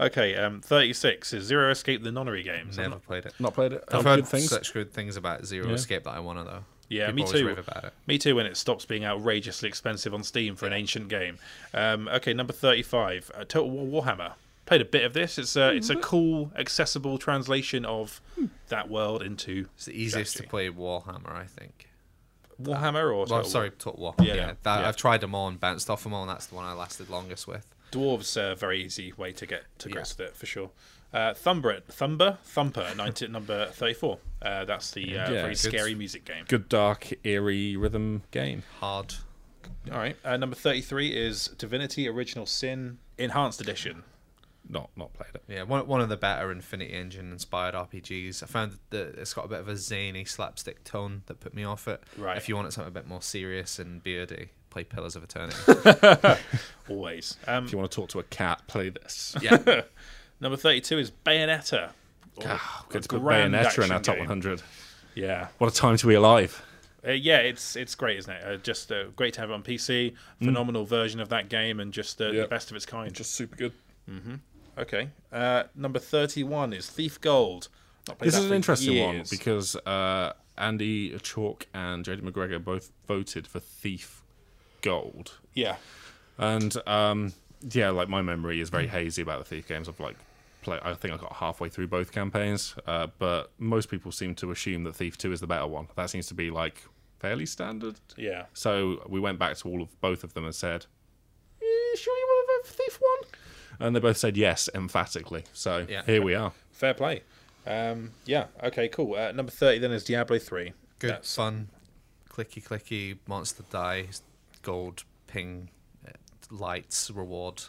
Speaker 1: Okay, um, thirty-six is Zero Escape the Nonary games. I'm
Speaker 3: Never
Speaker 1: not-
Speaker 3: played it.
Speaker 2: Not played it.
Speaker 3: I've
Speaker 2: Oh,
Speaker 3: heard
Speaker 2: good things.
Speaker 3: such good things about Zero Escape that I want to though.
Speaker 1: Yeah,
Speaker 3: People
Speaker 1: me
Speaker 3: always
Speaker 1: too.
Speaker 3: rave about it.
Speaker 1: Me too. When it stops being outrageously expensive on Steam for an ancient game. Um, okay, number thirty-five, uh, Total War Warhammer. Played a bit of this. It's a it's a cool, accessible translation of
Speaker 3: Hmm.
Speaker 1: that world into
Speaker 3: It's the easiest
Speaker 1: Strategy.
Speaker 3: to play Warhammer, I think.
Speaker 1: Warhammer or
Speaker 3: Well,
Speaker 1: Total
Speaker 3: sorry, Total War.
Speaker 1: Yeah,
Speaker 3: Yeah,
Speaker 1: yeah,
Speaker 3: that,
Speaker 1: yeah.
Speaker 3: I've tried them all and bounced off them all, and that's the one I lasted longest with.
Speaker 1: Dwarves are a very easy way to get to grips
Speaker 3: Yeah.
Speaker 1: with it for sure. Uh, Thumber, Thumber, Thumper, 90, number thirty-four. Uh, that's the uh,
Speaker 2: Yeah,
Speaker 1: very
Speaker 2: good.
Speaker 1: scary music game.
Speaker 2: Good dark eerie rhythm game.
Speaker 3: Hard.
Speaker 1: All right, uh, number thirty-three is Divinity: Original Sin Enhanced Edition.
Speaker 2: Not not played it.
Speaker 3: Yeah, one, one of the better Infinity Engine inspired RPGs. I found that it's got a bit of a zany slapstick tone that put me off it.
Speaker 1: Right.
Speaker 3: If you wanted something a bit more serious and beardy, play Pillars of Eternity.
Speaker 1: Always. Um,
Speaker 2: If you want to talk to a cat, play this.
Speaker 3: yeah.
Speaker 1: number thirty-two is Bayonetta.
Speaker 2: Ah,
Speaker 1: A
Speaker 2: good to put
Speaker 1: grand
Speaker 2: Bayonetta
Speaker 1: action
Speaker 2: in our top
Speaker 1: game.
Speaker 2: 100.
Speaker 1: Yeah,
Speaker 2: What a time to be alive.
Speaker 1: Uh, yeah, it's it's great, isn't it? Uh, just uh, great to have it on PC.
Speaker 2: Mm.
Speaker 1: Phenomenal version of that game, and just uh,
Speaker 2: Yeah.
Speaker 1: the best of its kind.
Speaker 2: Just super good.
Speaker 1: okay. Uh, number thirty-one is Thief Gold. Not played
Speaker 2: This
Speaker 1: that
Speaker 2: is an
Speaker 1: for
Speaker 2: interesting one
Speaker 1: years.
Speaker 2: because uh, Andy Chalk and Jodie McGregor both voted for Thief Gold.
Speaker 1: yeah.
Speaker 2: And um, yeah, like my memory is very hazy about the Thief games. I've like play. I think I got halfway through both campaigns, uh, but most people seem to assume that Thief Two is the better one. That seems to be like fairly standard.
Speaker 1: Yeah.
Speaker 2: So we went back to all of both of them and said, "Eh, "You sure you want to vote for Thief One?" And they both said yes emphatically. So
Speaker 3: Yeah.
Speaker 2: here we are.
Speaker 1: Fair play. Um, yeah. Okay. Cool. Uh, number thirty then is Diablo three.
Speaker 3: Good
Speaker 1: That's-
Speaker 3: fun, clicky clicky monster die, gold ping, uh, lights reward.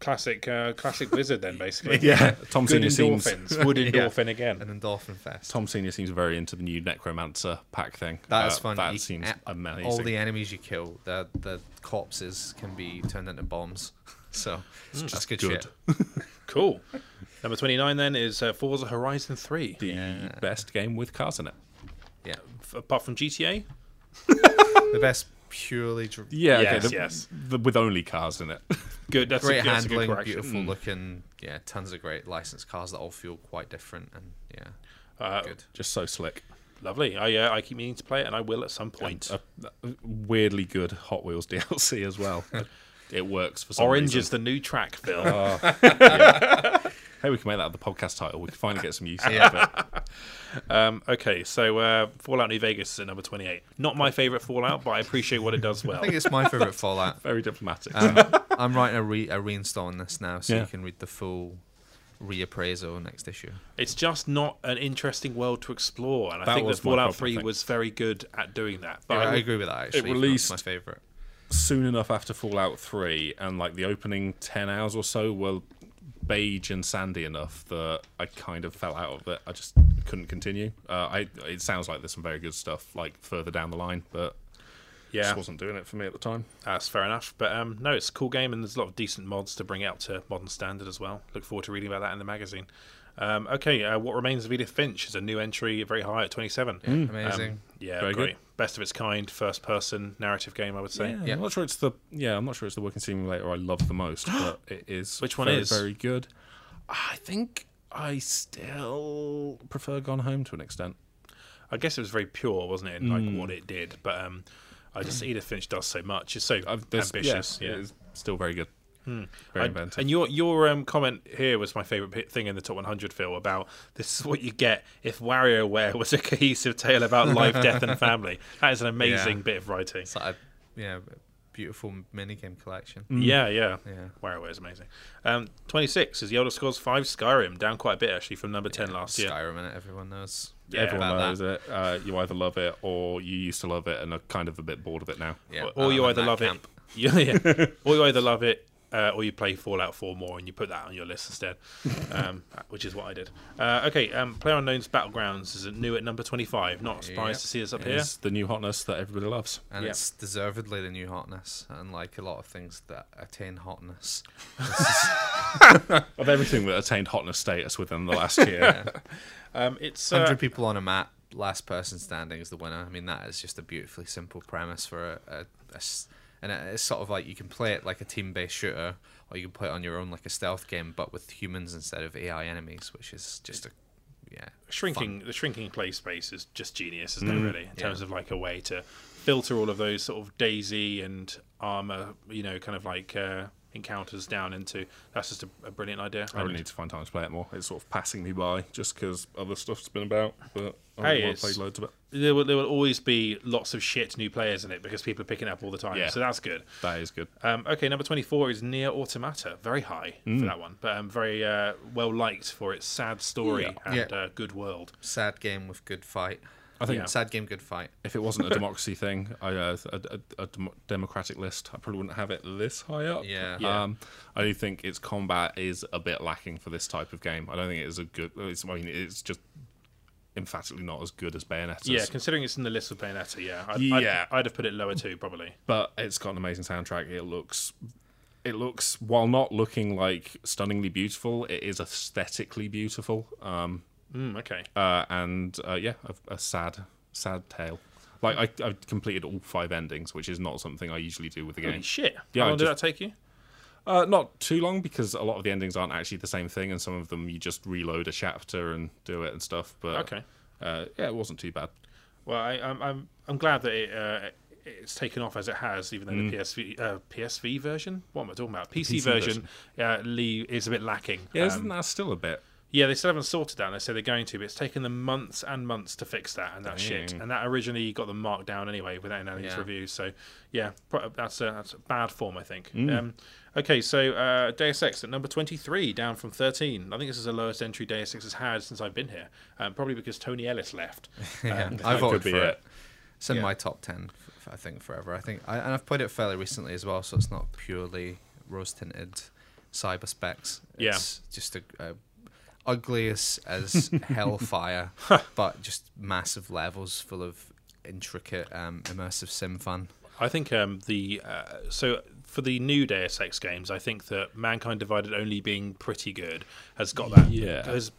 Speaker 1: classic, uh, classic Blizzard then basically.
Speaker 2: Yeah, Tom
Speaker 1: Good
Speaker 2: Senior seems
Speaker 1: endorphins. Would
Speaker 3: Yeah.
Speaker 1: endorphin again.
Speaker 3: An endorphin fest.
Speaker 2: Tom Senior seems very into the new Necromancer pack thing.
Speaker 3: That is
Speaker 2: Uh,
Speaker 3: fun.
Speaker 2: That
Speaker 3: You-
Speaker 2: seems
Speaker 3: a-
Speaker 2: amazing.
Speaker 3: All the enemies you kill, the the corpses can be turned into bombs. So it's that's good,
Speaker 2: good.
Speaker 3: shit.
Speaker 1: Cool. Number twenty nine then is uh, Forza Horizon three.
Speaker 2: the best game with cars in it.
Speaker 3: Yeah,
Speaker 1: F- apart from GTA.
Speaker 3: the best purely dr-
Speaker 2: Yeah,
Speaker 1: Yes,
Speaker 2: okay, the-
Speaker 1: yes.
Speaker 2: the- with only cars in it.
Speaker 1: Good. That's
Speaker 3: great
Speaker 1: a, that's a good
Speaker 3: handling,
Speaker 1: correction. Hmm.
Speaker 3: beautiful looking. Yeah, tons of great licensed cars that all feel quite different and yeah,
Speaker 1: Uh,
Speaker 3: good.
Speaker 2: Just so slick.
Speaker 1: Lovely. I uh, I keep meaning to play it, and I will at some point.
Speaker 2: A weirdly good Hot Wheels DLC as well. it works for some
Speaker 1: Orange
Speaker 2: reason.
Speaker 1: is the new track, Phil.
Speaker 2: Hey, we can make that the podcast title. We can finally get some use out
Speaker 3: Yeah.
Speaker 2: of it.
Speaker 1: um, okay, so uh, Fallout New Vegas is at number twenty-eight. Not my favorite Fallout, but I appreciate what it does well.
Speaker 3: I think it's my favorite Fallout.
Speaker 2: Very diplomatic.
Speaker 3: Um, I'm writing a, re- a reinstall on this now, so
Speaker 2: Yeah.
Speaker 3: you can read the full reappraisal next issue.
Speaker 1: It's just not an interesting world to explore, and I
Speaker 2: That
Speaker 1: think that
Speaker 2: was my
Speaker 1: Fallout
Speaker 2: problem, I
Speaker 1: Three
Speaker 2: think.
Speaker 1: was very good at doing that. But
Speaker 3: Yeah,
Speaker 1: I
Speaker 3: I
Speaker 1: would-
Speaker 3: agree with that. Actually, even though
Speaker 2: released-
Speaker 3: it's my favorite.
Speaker 2: Soon enough after Fallout 3, and like the opening 10 hours or so were beige and sandy enough that I kind of fell out of it. I just couldn't continue. Uh, I It sounds like there's some very good stuff like further down the line, but
Speaker 1: yeah,
Speaker 2: just wasn't doing it for me at the time.
Speaker 1: that's fair enough. But um, no, it's a cool game, and there's a lot of decent mods to bring out to modern standard as well. Look forward to reading about that in the magazine. Um, okay, uh, what remains of Edith Finch is a new entry, very high at twenty-seven.
Speaker 3: Amazing.
Speaker 1: Um, yeah,
Speaker 2: Mm. Very
Speaker 1: great. Best of its kind, first-person narrative game, I would say.
Speaker 2: Yeah,
Speaker 3: Yeah.
Speaker 2: I'm not sure it's the yeah, I'm not sure it's the working simulator I love the most, but it is
Speaker 1: Which one
Speaker 2: very,
Speaker 1: is?
Speaker 2: very good. I think I still prefer Gone Home to an extent.
Speaker 1: I guess it was very pure, wasn't it? In
Speaker 2: Mm.
Speaker 1: like what it did, but um, I just Edith Finch does so much. It's so
Speaker 2: I've, there's-
Speaker 1: ambitious.
Speaker 2: yeah,
Speaker 1: yeah. Hmm.
Speaker 2: It's still very good. Very
Speaker 1: I-
Speaker 2: inventive.
Speaker 1: and your your um, comment here was my favorite pi- thing in the top 100, Phil, about this is what you get if WarioWare was a cohesive tale about life, death, and family. That is an amazing
Speaker 3: Yeah. Mm.
Speaker 1: bit of writing.
Speaker 3: It's like a yeah, beautiful minigame collection.
Speaker 1: Yeah, yeah,
Speaker 3: Yeah.
Speaker 1: WarioWare is amazing. Um, 26 is The Elder Scrolls 5 Skyrim, down quite a bit actually from number 10 last year.
Speaker 3: Skyrim in it, everyone knows.
Speaker 1: Yeah,
Speaker 2: Everyone
Speaker 3: about
Speaker 2: knows it. Uh, you either love it or you used to love it and are kind of a bit bored of it now.
Speaker 3: Yeah,
Speaker 1: Or- or you
Speaker 3: I'm in
Speaker 1: either
Speaker 3: that
Speaker 1: love
Speaker 3: camp.
Speaker 1: it, yeah, yeah. or you either love it, uh, or you play Fallout 4 more and you put that on your list instead, um, which is what I did. Uh, okay, um, PlayerUnknown's Battlegrounds is new at number 25. Not surprised
Speaker 3: Yeah.
Speaker 1: to see us up here.
Speaker 2: It's the new hotness that everybody loves.
Speaker 3: and
Speaker 1: Yeah.
Speaker 3: it's deservedly the new hotness. Unlike a lot of things that attain hotness,
Speaker 2: Of everything that attained hotness status within the last year.
Speaker 1: Um, it's uh,
Speaker 3: hundred people on a map, last person standing is the winner. I mean, that is just a beautifully simple premise for a, a- a s- and it- it's sort of like you can play it like a team-based shooter, or you can play it on your own like a stealth game, but with humans instead of AI enemies, which is just a yeah
Speaker 1: shrinking the shrinking play space is just genius, isn't it? Really, in terms of like a way to filter all of those sort of Daisy and armor, you know, kind of like uh, encounters down into. That's just a, a brilliant idea.
Speaker 2: I really need to find time to play it more. It's sort of passing me by just because other stuff's been about, but I
Speaker 1: Hey,
Speaker 2: want
Speaker 1: it's-
Speaker 2: to play loads of it.
Speaker 1: there will, there will always be lots of shit new players in it because people are picking up all the time.
Speaker 2: Yeah.
Speaker 1: So that's good.
Speaker 2: That is good.
Speaker 1: Um, okay, number 24 is Near Automata. Very high for that one, but um, very uh, well liked for its sad story
Speaker 3: Yeah.
Speaker 1: and Uh, good world.
Speaker 3: sad game with good fight.
Speaker 2: I think-
Speaker 3: sad game, good fight.
Speaker 2: If it wasn't a democracy thing, I, uh, a, a- a dem- democratic list, I probably wouldn't have it this high up.
Speaker 3: Yeah.
Speaker 1: Yeah.
Speaker 2: Um, I do think its combat is a bit lacking for this type of game. I don't think it is a good. It's, I mean, it's just emphatically not as good as Bayonetta.
Speaker 1: yeah, considering it's in the list of Bayonetta, yeah. I'd,
Speaker 2: Yeah.
Speaker 1: I'd, I'd have put it lower too, probably.
Speaker 2: but it's got an amazing soundtrack. It looks, it looks while not looking like stunningly beautiful, it is aesthetically beautiful. Um,
Speaker 1: Mm, okay.
Speaker 2: uh, and uh, yeah, a, a sad, sad tale. Like I, I completed all five endings, which is not something I usually do with the
Speaker 1: Holy
Speaker 2: game.
Speaker 1: shit.
Speaker 2: Yeah,
Speaker 1: How
Speaker 2: I
Speaker 1: long did that
Speaker 2: just-
Speaker 1: take you?
Speaker 2: Uh, not too long because a lot of the endings aren't actually the same thing, and some of them you just reload a chapter and do it and stuff. But
Speaker 1: Okay.
Speaker 2: uh, yeah, it wasn't too bad.
Speaker 1: Well, I, I'm, I'm I'm glad that it uh, it's taken off as it has, even though the PSV uh, PSV version. What am I talking about? PC,
Speaker 2: PC
Speaker 1: version, Uh, Lee is a bit lacking.
Speaker 2: Yeah,
Speaker 1: Um,
Speaker 2: isn't that still a bit?
Speaker 1: yeah, they still haven't sorted that, and they say they're going to, but it's taken them months and months to fix that and that shit.
Speaker 2: Dang.
Speaker 1: And that originally got them marked down anyway without any
Speaker 3: Yeah.
Speaker 1: review. So, yeah, pro- that's a, that's a bad form, I think.
Speaker 3: Mm.
Speaker 1: Um, okay, so uh, Deus Ex at number 23, down from 13. I think this is the lowest entry Deus Ex has had since I've been here, um, probably because Tony Ellis left.
Speaker 3: Yeah,
Speaker 1: Um,
Speaker 3: I
Speaker 2: That
Speaker 3: voted
Speaker 2: could be
Speaker 3: for it.
Speaker 2: it.
Speaker 3: It's in
Speaker 1: Yeah.
Speaker 3: my top ten, f- I think, forever. I think, I, and I've played it fairly recently as well, so it's not purely rose tinted cyber specs.
Speaker 1: Yeah.
Speaker 3: It's just a, a ugly as, as hellfire, but just massive levels full of intricate, um, immersive sim fun.
Speaker 1: I think um, the uh, so for the new Deus Ex games, I think that Mankind Divided only being pretty good has got that
Speaker 2: Yeah.
Speaker 1: has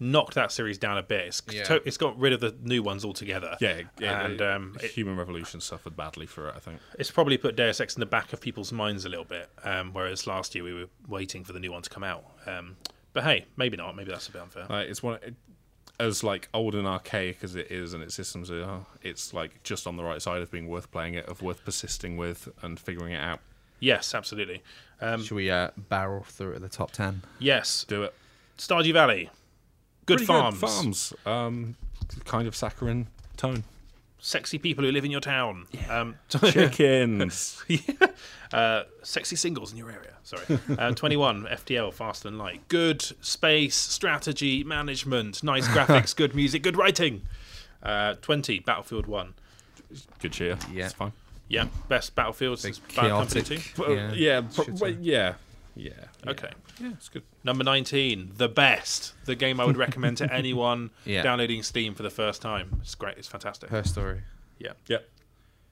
Speaker 1: knocked that series down a bit. It's,
Speaker 3: Yeah.
Speaker 1: to- it's got rid of the new ones altogether.
Speaker 2: Yeah, yeah
Speaker 1: and
Speaker 2: it-
Speaker 1: um, it,
Speaker 2: Human Revolution suffered badly for it. I think.
Speaker 1: it's probably put Deus Ex in the back of people's minds a little bit. Um, whereas last year we were waiting for the new one to come out. Um, but hey, maybe not. Maybe that's a bit unfair.
Speaker 2: Like it's one it, as like old and archaic as it is, and its systems are. It's like just on the right side of being worth playing it, of worth persisting with and figuring it out.
Speaker 1: Yes, absolutely. Um,
Speaker 3: Should we uh, barrel through to the top ten?
Speaker 1: yes,
Speaker 2: Do it.
Speaker 1: Stardew Valley, good
Speaker 2: Pretty
Speaker 1: farms,
Speaker 2: farms. Um, kind of saccharine tone.
Speaker 1: sexy people who live in your town. Um,
Speaker 2: Chickens.
Speaker 1: Uh, sexy singles in your area. Sorry. Uh, 21, FTL, Faster Than Light. Good space, strategy, management, nice graphics, good music, good writing. Uh, 20, Battlefield 1.
Speaker 2: Good cheer.
Speaker 3: Yeah.
Speaker 2: It's fine.
Speaker 1: Yeah, best Battlefield since Bad Company 2.
Speaker 3: chaotic.
Speaker 2: Well, yeah, uh, yeah, pro-
Speaker 3: shooter.
Speaker 2: well, yeah, yeah.
Speaker 1: Okay.
Speaker 2: yeah, it's good.
Speaker 1: Number 19, The Best. The game I would recommend to anyone
Speaker 3: Yeah.
Speaker 1: downloading Steam for the first time. It's great. It's fantastic.
Speaker 3: Her story.
Speaker 1: Yeah.
Speaker 2: Yeah,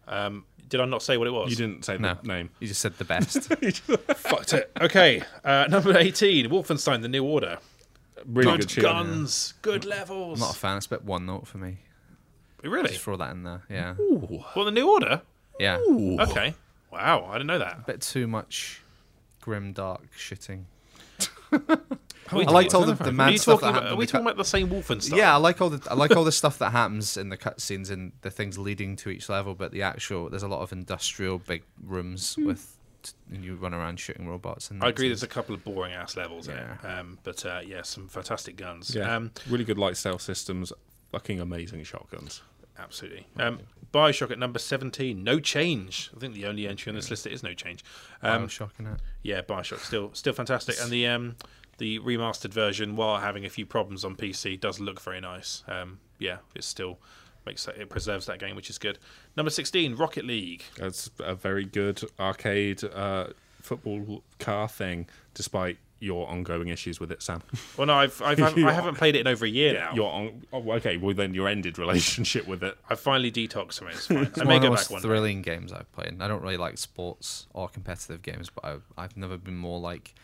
Speaker 1: Um, did I not say what it was?
Speaker 2: you didn't say
Speaker 3: No
Speaker 2: the name.
Speaker 3: You just said the best.
Speaker 1: Fucked it. Okay. Uh, number 18, Wolfenstein, The New Order.
Speaker 2: Really
Speaker 1: Good,
Speaker 2: good cheer.
Speaker 1: guns, good levels.
Speaker 3: not a fan. It's a bit one note for me.
Speaker 1: really?
Speaker 3: Just throw that in there. Yeah.
Speaker 1: Well, The New Order?
Speaker 3: Yeah.
Speaker 2: Oh,
Speaker 1: Okay. Wow, I didn't know that.
Speaker 3: bit too much grim dark shitting.
Speaker 1: I
Speaker 3: I liked all the, the
Speaker 1: Are,
Speaker 3: mad
Speaker 1: you
Speaker 3: stuff
Speaker 1: talking
Speaker 3: that
Speaker 1: about,
Speaker 3: happened.
Speaker 1: are
Speaker 3: in
Speaker 1: we
Speaker 3: the cut-
Speaker 1: talking about the same Wolfenstein?
Speaker 3: yeah, I like all the I like all the stuff that happens in the cutscenes and the things leading to each level, but the actual there's a lot of industrial big rooms with and you run around shooting robots and
Speaker 1: I agree.
Speaker 3: nonsense.
Speaker 1: There's a couple of boring ass levels in it,
Speaker 3: Yeah.
Speaker 1: um, but uh, yeah, some fantastic guns.
Speaker 2: Yeah,
Speaker 1: Um,
Speaker 2: really good light sail systems. Fucking amazing shotguns.
Speaker 1: absolutely. Um, Bioshock at number seventeen. No change. I think the only entry on this list that is no change. Um,
Speaker 3: Bioshock in it.
Speaker 1: yeah, Bioshock still still fantastic, and the um, the remastered version, while having a few problems on PC, does look very nice. Um, yeah, it still makes that, it preserves that game, which is good. Number sixteen, Rocket League.
Speaker 2: It's a very good arcade uh, football car thing, despite your ongoing issues with it, Sam.
Speaker 1: Well, no, I've, I've I haven't played it in over a year now.
Speaker 2: Your on- oh, okay, well then your ended relationship with it.
Speaker 1: I finally detoxed from it. It's fine. I
Speaker 3: It's one
Speaker 1: may
Speaker 3: of the
Speaker 1: go
Speaker 3: most
Speaker 1: back one. day.
Speaker 3: thrilling games I've played. I don't really like sports or competitive games, but I've, I've never been more like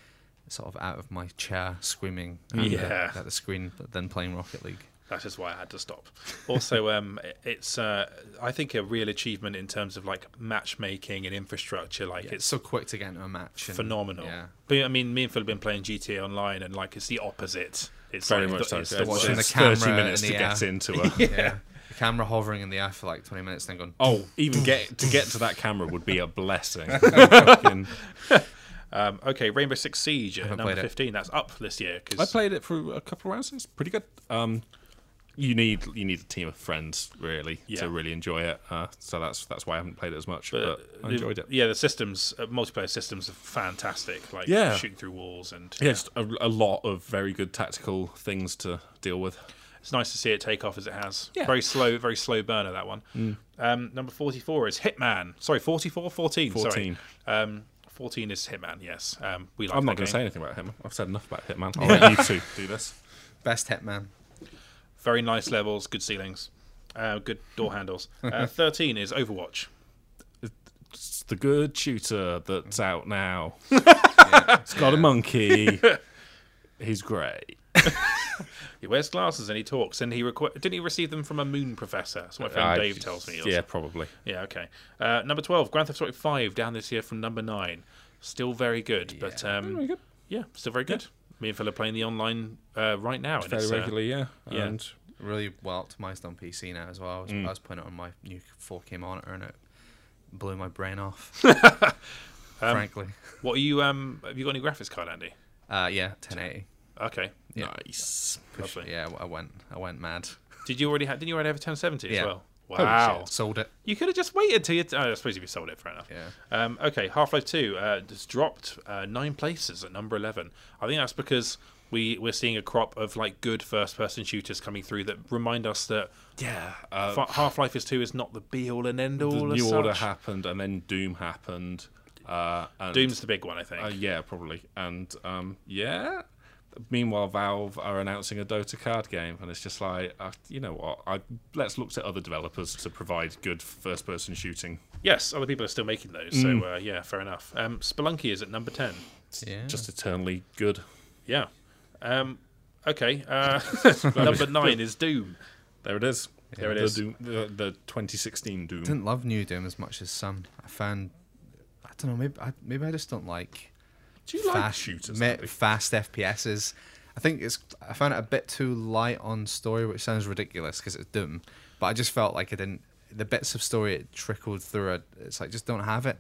Speaker 3: sort of out of my chair screaming at,
Speaker 1: Yeah.
Speaker 3: the, at the screen than playing Rocket League.
Speaker 1: That is why I had to stop. Also, um, it- it's uh, I think a real achievement in terms of like matchmaking and infrastructure. Like
Speaker 3: It's
Speaker 1: it's
Speaker 3: so quick to get into a match. and-
Speaker 1: phenomenal.
Speaker 3: Yeah.
Speaker 1: But I mean, me and Phil have been playing GTA Online, and like it's the opposite. It's
Speaker 2: Very
Speaker 1: like the,
Speaker 2: much so.
Speaker 1: it's
Speaker 2: yeah,
Speaker 1: the
Speaker 2: it's-
Speaker 3: watching
Speaker 1: worst.
Speaker 2: it's
Speaker 3: the camera
Speaker 2: Thirty minutes
Speaker 3: in
Speaker 2: to
Speaker 3: the
Speaker 2: get
Speaker 3: air.
Speaker 2: into it.
Speaker 3: yeah. The camera hovering in the air for like 20 minutes and then going,
Speaker 2: Oh, even get to get to that camera would be a blessing. Fucking-
Speaker 1: Um, okay, Rainbow Six Siege at
Speaker 3: Haven't
Speaker 1: number
Speaker 3: played it.
Speaker 1: fifteen. That's up this year
Speaker 2: I
Speaker 1: because
Speaker 2: played it for a couple of rounds. It's pretty good. Um, you need you need a team of friends really
Speaker 1: Yeah.
Speaker 2: to really enjoy it. Uh, so that's that's why I haven't played it as much, but, I enjoyed it.
Speaker 1: Yeah, the systems, uh, multiplayer systems, are fantastic. Like
Speaker 2: Yeah.
Speaker 1: shooting through walls and
Speaker 2: Yeah, just a, a lot of very good tactical things to deal with.
Speaker 1: It's nice to see it take off as it has.
Speaker 2: Yeah. Mm.
Speaker 1: Very slow, very slow burner that one. Um, number forty-four is Hitman. Sorry, 44, 14.
Speaker 2: 14.
Speaker 1: Sorry. Um, fourteen is Hitman. Yes. Um, we like.
Speaker 2: I'm not
Speaker 1: going to
Speaker 2: say anything about Hitman. I've said enough about Hitman. I'll let you two do this.
Speaker 3: best hitman.
Speaker 1: Very nice levels, good ceilings, uh, good door handles. Uh, Thirteen is Overwatch.
Speaker 2: It's the good shooter that's out now. It's got a monkey. He's great.
Speaker 1: He wears glasses and he talks, and he requ- didn't he receive them from a moon professor? That's what my friend
Speaker 2: I-
Speaker 1: Dave tells me. or
Speaker 2: Uh, Yeah,
Speaker 1: something.
Speaker 2: probably.
Speaker 1: Yeah. Okay. Uh, number twelve, Grand Theft Auto Five, down this year from number nine. Still very good, but um,
Speaker 2: Very good.
Speaker 1: Yeah, still very good. Me and Phil are playing the online uh, right now. and
Speaker 2: Fairly
Speaker 1: it's, uh,
Speaker 2: regularly, yeah.
Speaker 1: yeah.
Speaker 2: And Mm.
Speaker 3: Really well optimized on PC now as well. I was, I was playing it on my new 4K monitor and it blew my brain off.
Speaker 2: Um,
Speaker 3: frankly,
Speaker 1: What are you? Um, have you got any graphics card, Andy?
Speaker 3: uh, yeah, 1080.
Speaker 1: Okay.
Speaker 3: Yeah.
Speaker 2: Nice.
Speaker 1: Lovely.
Speaker 3: Yeah, I went, I went mad.
Speaker 1: Did you already have? Didn't you already have a 1070 as
Speaker 3: Yeah.
Speaker 1: well?
Speaker 3: Holy
Speaker 1: Wow.
Speaker 3: shit, sold it.
Speaker 1: You could have just waited till you. oh, I suppose if you sold it, fair enough.
Speaker 3: Yeah.
Speaker 1: Um, okay, Half Life Two uh, just dropped uh, nine places at number eleven. I think that's because we we're seeing a crop of like good first person shooters coming through that remind us that
Speaker 2: Yeah. Uh,
Speaker 1: Half Life is Two is not the be all and end all.
Speaker 2: the
Speaker 1: as
Speaker 2: New Order
Speaker 1: such.
Speaker 2: happened, and then Doom happened. Uh, and,
Speaker 1: Doom's the big one, I think.
Speaker 2: Uh, yeah, probably. And um, yeah. Meanwhile, Valve are announcing a Dota card game, and it's just like, uh, you know what? I let's look to other developers to provide good first-person shooting.
Speaker 1: yes, other people are still making those, so uh, yeah, fair enough. Um, Spelunky is at number ten.
Speaker 3: Yeah.
Speaker 2: Just eternally good.
Speaker 1: Yeah. Um, okay. Uh, number nine is Doom.
Speaker 2: There it is.
Speaker 1: There it
Speaker 2: the
Speaker 1: is.
Speaker 2: Doom, the, the 2016 Doom.
Speaker 3: didn't love New Doom as much as some. I found, I don't know, maybe I, maybe I just don't like
Speaker 2: Do you like
Speaker 3: fast
Speaker 2: shooters,
Speaker 3: me-
Speaker 2: Andy?
Speaker 3: fast FPSs. I think it's I found it a bit too light on story, which sounds ridiculous because it's Doom, but I just felt like I didn't. The bits of story it trickled through, I- it's like just don't have it.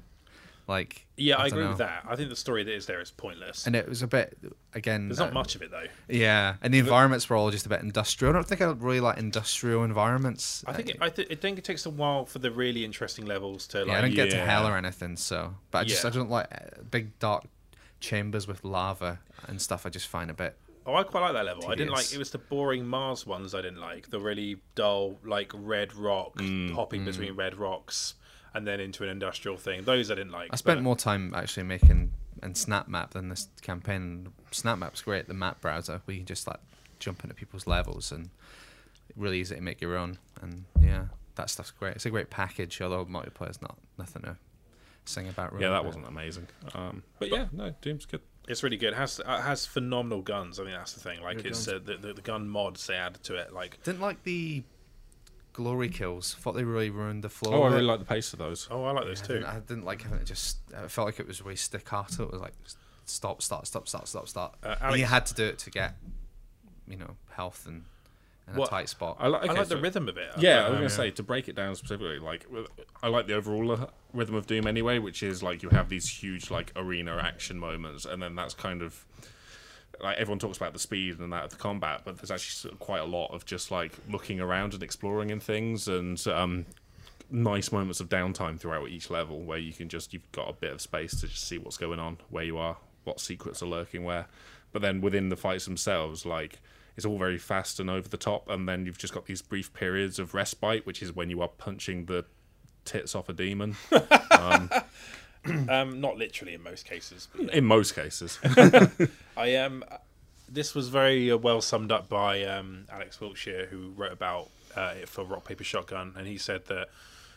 Speaker 3: Like
Speaker 1: Yeah, I,
Speaker 3: don't
Speaker 1: agree
Speaker 3: know.
Speaker 1: with that. I think the story that is there is pointless.
Speaker 3: And it was a bit again.
Speaker 1: There's not
Speaker 3: uh,
Speaker 1: much of it though.
Speaker 3: Yeah, and the environments were all just a bit industrial. I don't think I really like industrial environments. Uh,
Speaker 1: I think it, I, th- I think it takes a while for the really interesting levels to like.
Speaker 3: Yeah, I didn't get to
Speaker 2: Yeah.
Speaker 3: hell or anything, so. But I just
Speaker 1: Yeah.
Speaker 3: I don't like uh, big dark chambers with lava and stuff. I just find a bit.
Speaker 1: Oh, I quite like that level. I didn't
Speaker 3: Tedious.
Speaker 1: like it was the boring Mars ones. I didn't like the really dull like red rock hopping between red rocks and then into an industrial thing. Those I didn't like.
Speaker 3: I spent
Speaker 1: but-
Speaker 3: more time actually making and snap map than this campaign. Snap map's great. The map browser, we can just like jump into people's levels and really easy to make your own. And yeah, that stuff's great. It's a great package, although multiplayer's not nothing to sing about. Really
Speaker 2: yeah, that
Speaker 3: but-
Speaker 2: wasn't amazing. Um, but yeah, no, Doom's good.
Speaker 1: It's really good. It has it has phenomenal guns. I mean that's the thing. Like it's uh, the, the the gun mods they added to it. Like
Speaker 3: Didn't like the glory kills. Thought they really ruined the flow.
Speaker 2: Oh, I
Speaker 3: of it.
Speaker 2: really like the pace of those.
Speaker 1: oh, I like those
Speaker 3: I
Speaker 1: too.
Speaker 3: didn't, I didn't like having it just. I felt like it was really staccato. It was like s- stop, start, stop, start, stop, start.
Speaker 1: Uh,
Speaker 3: and you
Speaker 1: Alex-
Speaker 3: had to do it to get, you know, health and, and
Speaker 1: What-
Speaker 3: a tight spot.
Speaker 2: I like,
Speaker 1: I
Speaker 2: okay,
Speaker 1: like the
Speaker 2: so-
Speaker 1: rhythm of it.
Speaker 2: Yeah, I
Speaker 1: Um,
Speaker 2: was gonna say to break it down specifically. Like, I like the overall uh, rhythm of Doom anyway, which is like you have these huge like arena action moments, and then that's kind of like everyone talks about the speed and that of the combat, but there's actually sort of quite a lot of just like looking around and exploring and things, and um, nice moments of downtime throughout each level where you can just you've got a bit of space to just see what's going on, where you are, what secrets are lurking where. But then within the fights themselves, like it's all very fast and over the top, and then you've just got these brief periods of respite, which is when you are punching the tits off a demon
Speaker 1: um, not literally in most cases. But
Speaker 2: in most cases.
Speaker 1: I am. this was very uh, well summed up by um, Alex Wiltshire, who wrote about uh, it for Rock Paper Shotgun, and he said that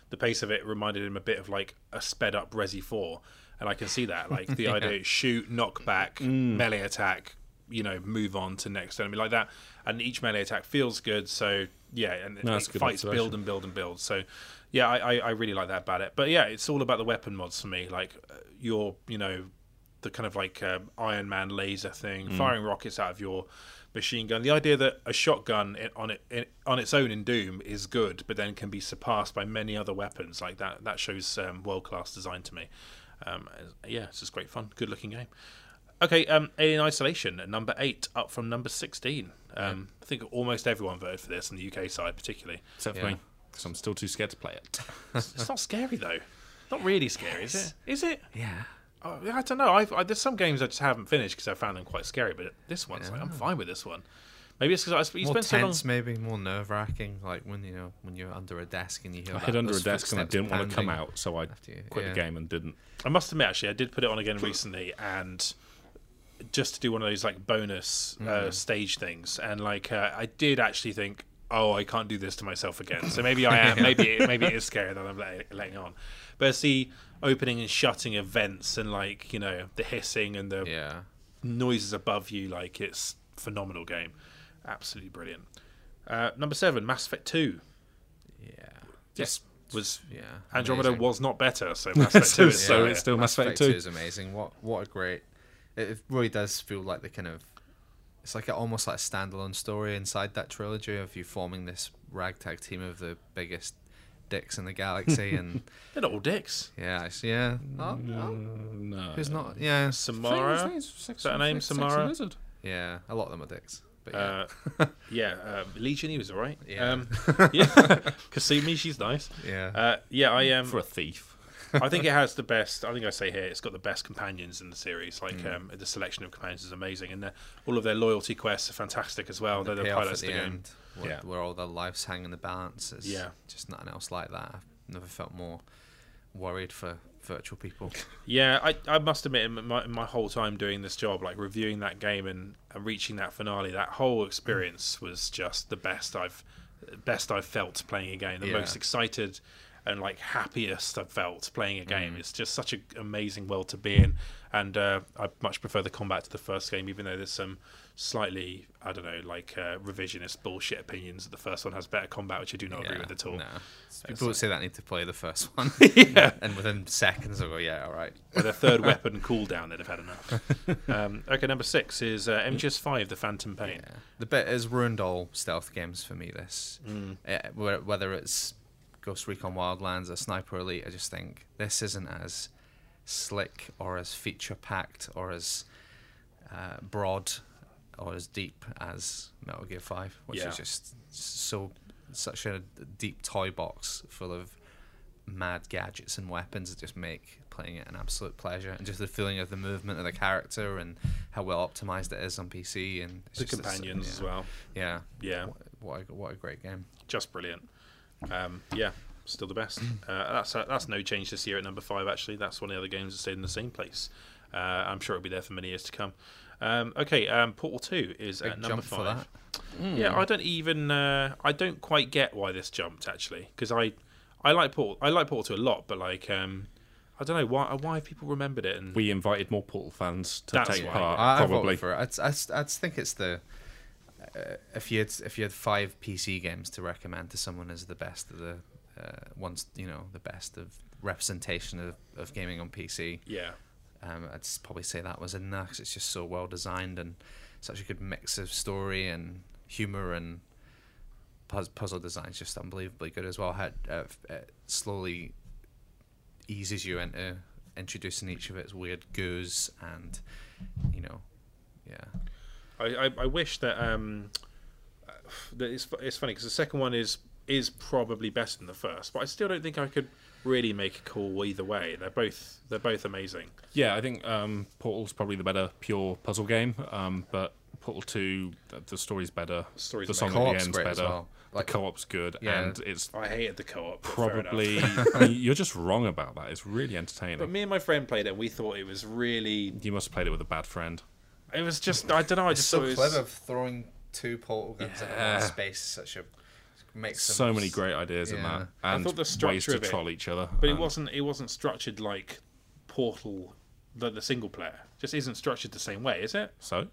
Speaker 1: the pace of it reminded him a bit of like a sped up Resi Four, and I can see that. Like the idea: is shoot, knock back,
Speaker 2: Mm.
Speaker 1: melee attack. You know, move on to next enemy like that, and each melee attack feels good. So yeah, and it-
Speaker 2: No, that's
Speaker 1: it
Speaker 2: a good
Speaker 1: fights
Speaker 2: observation.
Speaker 1: build build and build and build. So, yeah, I, I, I really like that about it. But yeah, it's all about the weapon mods for me. Like uh, your, you know, the kind of like um, Iron Man laser thing,
Speaker 2: Mm.
Speaker 1: firing rockets out of your machine gun. The idea that a shotgun i- on it in, on its own in Doom is good, but then can be surpassed by many other weapons like that. That shows um, world class design to me. Um, yeah, it's just great fun. Good looking game. Okay, um, Alien Isolation at number eight, up from number sixteen. Um, I think almost everyone voted for this on the UK side, particularly.
Speaker 2: Except for
Speaker 3: Yeah.
Speaker 2: me, because I'm still too scared to play it.
Speaker 1: It's not scary though. Not really scary, is it? Is it?
Speaker 3: yeah.
Speaker 1: Oh, I don't know. I've, I, there's some games I just haven't finished because I found them quite scary. But this one's like I'm fine with this one. Maybe it's because you
Speaker 3: More
Speaker 1: spent so long.
Speaker 3: tense, maybe more nerve wracking. Like when you know when you're under a desk and you hear
Speaker 2: I
Speaker 3: that,
Speaker 2: hid under a
Speaker 3: those
Speaker 2: desk and I
Speaker 3: footsteps
Speaker 2: didn't want to come
Speaker 3: pounding.
Speaker 2: out, so I
Speaker 3: you-
Speaker 2: quit
Speaker 3: yeah.
Speaker 2: the game and didn't.
Speaker 1: I must admit, actually, I did put it on again recently, and just to do one of those like bonus uh, stage things, and like uh, I did actually think, oh, I can't do this to myself again. So maybe I am. maybe it, maybe it is scarier than I'm let- letting on. But it's the opening and shutting events, and like you know the hissing and the
Speaker 3: Yeah.
Speaker 1: noises above you like it's phenomenal game absolutely brilliant uh, number seven mass effect 2
Speaker 3: Yeah.
Speaker 1: yes was
Speaker 3: Yeah.
Speaker 1: andromeda
Speaker 3: amazing.
Speaker 1: was not better so mass effect 2 is
Speaker 2: so
Speaker 1: so
Speaker 2: it's still Mass Effect
Speaker 3: Two
Speaker 2: 2.
Speaker 3: is amazing. What what a great! It it really does feel like the kind of it's like a, almost like a standalone story inside that trilogy of you forming this ragtag team of the biggest dicks in the galaxy, and
Speaker 1: They're not all dicks.
Speaker 3: yeah, it's, yeah. Oh, oh,
Speaker 2: No.
Speaker 3: who's not? Yeah,
Speaker 1: Samara.
Speaker 2: Is
Speaker 1: that her name, Samara?
Speaker 3: yeah. A lot of them are dicks, but yeah.
Speaker 1: Uh, yeah, uh, Legion. He was all right.
Speaker 3: Yeah.
Speaker 1: Um, yeah. Kasumi, she's nice.
Speaker 3: Yeah.
Speaker 1: Uh, yeah, I am.
Speaker 2: For a thief.
Speaker 1: I think it has the best. I think I say here it's got the best companions in the series. Like
Speaker 3: Mm.
Speaker 1: um, the selection of companions is amazing, and their- all of their loyalty quests are fantastic as well. They're the
Speaker 3: payoff
Speaker 1: highlights of the game.
Speaker 3: where,
Speaker 2: Yeah.
Speaker 3: where all their lives hang in the balance. It's
Speaker 1: Yeah.
Speaker 3: just nothing else like that. I've never felt more worried for virtual people.
Speaker 1: Yeah, I, I must admit, in my, in my whole time doing this job, like reviewing that game and, and reaching that finale, that
Speaker 3: Hmm.
Speaker 1: whole experience was just the best I've best I've felt playing a game. The
Speaker 3: Yeah.
Speaker 1: most excited and like happiest I've felt playing a
Speaker 3: Hmm.
Speaker 1: game. It's just such an amazing world to be in, and uh, I much prefer the combat to the first game, even though there's some slightly I don't know like uh, revisionist bullshit opinions that the first one has better combat, which I do not agree
Speaker 3: Yeah,
Speaker 1: with at all.
Speaker 3: no. People would say that I need to play the first one, and within seconds I go, yeah, all right.
Speaker 1: With a third weapon cooldown, they'd have had enough. Um, okay, number six is uh, MGS5, The Phantom Pain.
Speaker 3: Yeah. The bit has ruined all stealth games for me. This, Eh, whe- whether it's Ghost Recon Wildlands or Sniper Elite, I just think this isn't as slick or as feature packed or as uh, broad or as deep as Metal Gear Five, which
Speaker 1: Yeah.
Speaker 3: is just so such a deep toy box full of mad gadgets and weapons that just make playing it an absolute pleasure and just the feeling of the movement of the character and how well optimized it is on PC and it's
Speaker 1: The
Speaker 3: just a s-
Speaker 1: companions
Speaker 3: yeah.
Speaker 1: as well.
Speaker 3: Yeah.
Speaker 1: Yeah,
Speaker 3: What, what a, what a great game.
Speaker 1: just brilliant. Um, yeah, still the best.
Speaker 3: Mm.
Speaker 1: Uh, that's that's no change this year at number five. Actually, that's one of the other games that stayed in the same place. Uh, I'm sure it'll be there for many years to come. Um, okay, um, Portal Two is at
Speaker 3: Big
Speaker 1: number
Speaker 3: jump
Speaker 1: five.
Speaker 3: for that. Mm.
Speaker 1: Yeah, I don't even. Uh, I don't quite get why this jumped actually, because I, I like Portal. I like Portal Two a lot, but like, um, I don't know why. Why have people remembered it? And
Speaker 2: We invited more Portal fans to
Speaker 1: That's
Speaker 2: take
Speaker 1: why.
Speaker 2: part,
Speaker 3: I, I
Speaker 2: Uh, probably.
Speaker 3: voted for it. I'd, I'd, I'd think it's the uh, if you had if you had five PC games to recommend to someone as the best of the uh, ones you know the best of representation of, of gaming on PC.
Speaker 1: yeah,
Speaker 3: um, I'd s- probably say that was in there 'cause it's just so well designed and such a good mix of story and humor and puz- puzzle design is just unbelievably good as well. How it, uh, f- it slowly eases you into introducing each of its weird goos and you know, yeah,
Speaker 1: I, I, I wish that um, that it's fu- it's funny because the second one is is probably better than the first, but I still don't think I could really make a call either way. They're both they're both amazing.
Speaker 2: Yeah, I think um, Portal's probably the better pure puzzle game, um, but Portal 2, th- the story's better. The,
Speaker 1: story's
Speaker 2: song
Speaker 1: amazing.
Speaker 2: at the
Speaker 3: Co-op's
Speaker 2: end's
Speaker 3: great
Speaker 2: better.
Speaker 3: as well. Like-
Speaker 2: the co-op's good,
Speaker 3: Yeah.
Speaker 2: and it's
Speaker 1: I hated the co-op but Oh, fair enough.
Speaker 2: probably... I mean, you're just wrong about that. It's really entertaining.
Speaker 1: But me and my friend played it. and We thought it was really.
Speaker 2: you must have played it with a bad friend.
Speaker 1: It was just. I don't know. I just thought it was,
Speaker 3: throwing two portal guns
Speaker 2: Yeah.
Speaker 3: space. Such a makes
Speaker 2: So many great ideas in
Speaker 3: Yeah.
Speaker 2: that, and
Speaker 1: thought the
Speaker 2: ways
Speaker 1: structure
Speaker 2: to
Speaker 1: of it-
Speaker 2: troll each other. Uh,
Speaker 1: But it
Speaker 2: and-
Speaker 1: wasn't. It wasn't structured like Portal, the, the single player. Just isn't structured the same way, is it?
Speaker 2: So?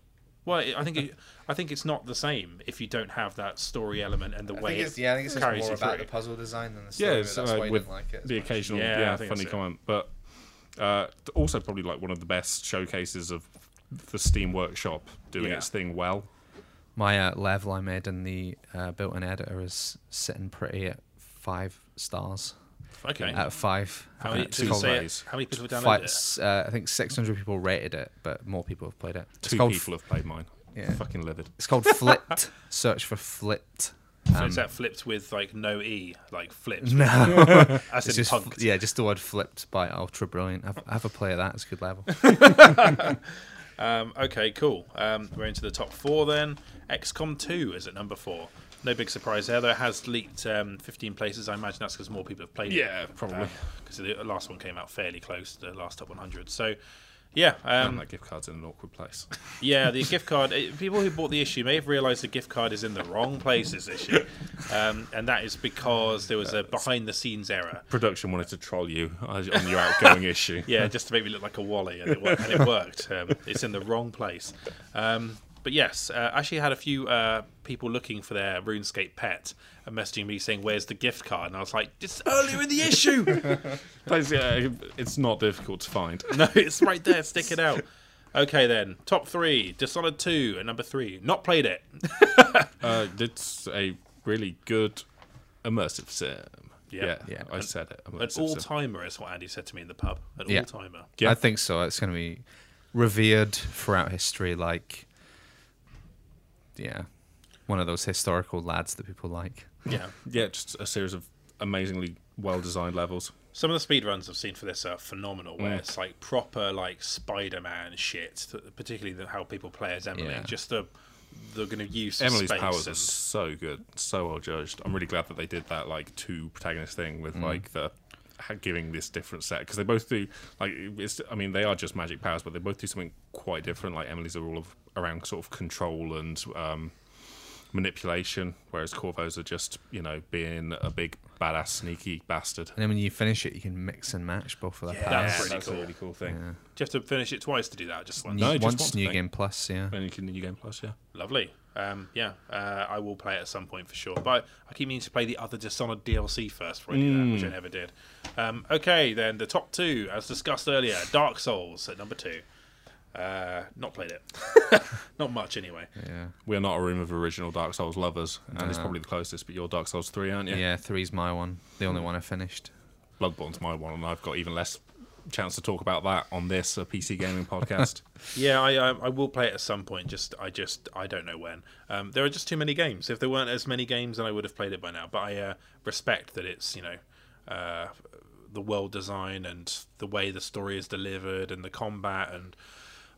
Speaker 1: Well, it, I think it, I think it's not the same if you don't have that story element and the way it carries you through.
Speaker 3: puzzle design than the
Speaker 2: Yeah, it's, uh,
Speaker 3: you
Speaker 2: with
Speaker 3: didn't like it as
Speaker 2: the
Speaker 3: much.
Speaker 2: occasional
Speaker 1: Yeah,
Speaker 2: yeah,
Speaker 1: I think
Speaker 2: funny
Speaker 1: that's it.
Speaker 2: comment, but uh, th- also probably like one of the best showcases of the Steam Workshop doing
Speaker 1: Yeah.
Speaker 2: its thing well.
Speaker 3: My uh, level I made in the uh, built-in editor is sitting pretty at five stars.
Speaker 1: okay.
Speaker 3: Out of five.
Speaker 1: how
Speaker 3: Uh,
Speaker 1: many,
Speaker 3: it's
Speaker 1: did you
Speaker 3: called
Speaker 1: say it-
Speaker 2: ways.
Speaker 1: how many people have
Speaker 3: five-
Speaker 1: downloaded it?
Speaker 3: s- uh, I think 600 people rated it, but more people have played it. It's
Speaker 2: Two
Speaker 3: called,
Speaker 2: people have played mine.
Speaker 3: Yeah.
Speaker 2: Fucking livid.
Speaker 3: It's called Flipped. Search for Flipped.
Speaker 1: so is that flipped with like no e, like flipped?
Speaker 3: No,
Speaker 1: As
Speaker 3: it's
Speaker 1: in
Speaker 3: just
Speaker 1: punked.
Speaker 3: yeah, just the word "flipped" by Ultra Brilliant. Have, have a play of that; it's a good level.
Speaker 1: Um, okay, cool. Um, we're into the top four then. XCOM 2 is at number four. No big surprise there, though. It has leaked um, 15 places. I imagine that's because more people have played it.
Speaker 2: Yeah, probably.
Speaker 1: Because the last one came out fairly close to the last top 100. So, yeah. Um,
Speaker 2: and that gift card's in an awkward place.
Speaker 1: Yeah, the gift card. eh, People who bought the issue may have realised the gift card is in the wrong place this issue, um, and that is because there was a behind-the-scenes error.
Speaker 2: Production wanted to troll you on your outgoing issue.
Speaker 1: Yeah, just to make me look like a Wally, and it, wor- and it worked. Um, it's in the wrong place. Um, but yes, uh, actually had a few uh, people looking for their RuneScape pet and messaging me saying, "Where's the gift card?" And I was like, "It's earlier in the issue.
Speaker 2: Place- yeah, it's not difficult to find.
Speaker 1: no, it's right there. Stick it out." Okay, then top three: Dishonored two and number three. Not played it.
Speaker 2: Uh, it's a really good immersive sim.
Speaker 1: Yeah.
Speaker 2: Yeah,
Speaker 3: Yeah.
Speaker 2: I said it. I'm a
Speaker 1: An
Speaker 2: sip,
Speaker 1: all
Speaker 2: sip.
Speaker 1: timer is what Andy said to me in the pub. An
Speaker 3: Yeah.
Speaker 1: all timer.
Speaker 2: Yeah.
Speaker 3: I think so. It's going to be revered throughout history, like yeah, one of those historical lads that people like.
Speaker 1: Yeah.
Speaker 2: Yeah, just a series of amazingly well designed levels.
Speaker 1: Some of the speedruns I've seen for this are phenomenal,
Speaker 2: Mm.
Speaker 1: where it's like proper like Spider-Man shit, th- particularly the, how people play as Emily.
Speaker 3: Yeah.
Speaker 1: Just the they're going to use
Speaker 2: Emily's
Speaker 1: space
Speaker 2: powers are
Speaker 1: and-
Speaker 2: so good, so well judged. I'm really glad that they did that like two protagonist thing
Speaker 1: Mm.
Speaker 2: with like the ha- giving this different set because they both do like it's. I mean, they are just magic powers, but they both do something quite different. Like Emily's are all of, around sort of control and um, manipulation, whereas Corvo's are just you know being a big badass sneaky bastard.
Speaker 3: And then when you finish it, you can mix and match both of their
Speaker 1: Yeah,
Speaker 3: powers.
Speaker 1: that's pretty
Speaker 2: a
Speaker 1: cool.
Speaker 2: really cool thing.
Speaker 1: Do you have to finish it twice to do that? Just like
Speaker 2: No,
Speaker 3: New-
Speaker 2: just
Speaker 3: once
Speaker 2: once,
Speaker 3: new
Speaker 2: mate.
Speaker 3: game plus, yeah.
Speaker 2: And you can new game plus, yeah.
Speaker 1: lovely. Um, yeah, uh, I will play it at some point for sure. But I keep meaning to play the other Dishonored DLC first before I do that, which I
Speaker 2: Mm.
Speaker 1: never did. Um, okay, then the top two, as discussed earlier, Dark Souls at number two. Uh, not played it. not much anyway.
Speaker 3: Yeah,
Speaker 2: We are not a room of original Dark Souls lovers, and it's probably the closest. But you're Dark Souls three, aren't you?
Speaker 3: yeah. Mm. three's my one, the only one I finished.
Speaker 2: Bloodborne's my one, and I've got even less chance to talk about that on this uh, PC gaming podcast.
Speaker 1: Yeah, I, I I will play it at some point. Just I just I don't know when. Um, there are just too many games. If there weren't as many games, then I would have played it by now. But I uh, respect that it's you know uh, the world design and the way the story is delivered and the combat and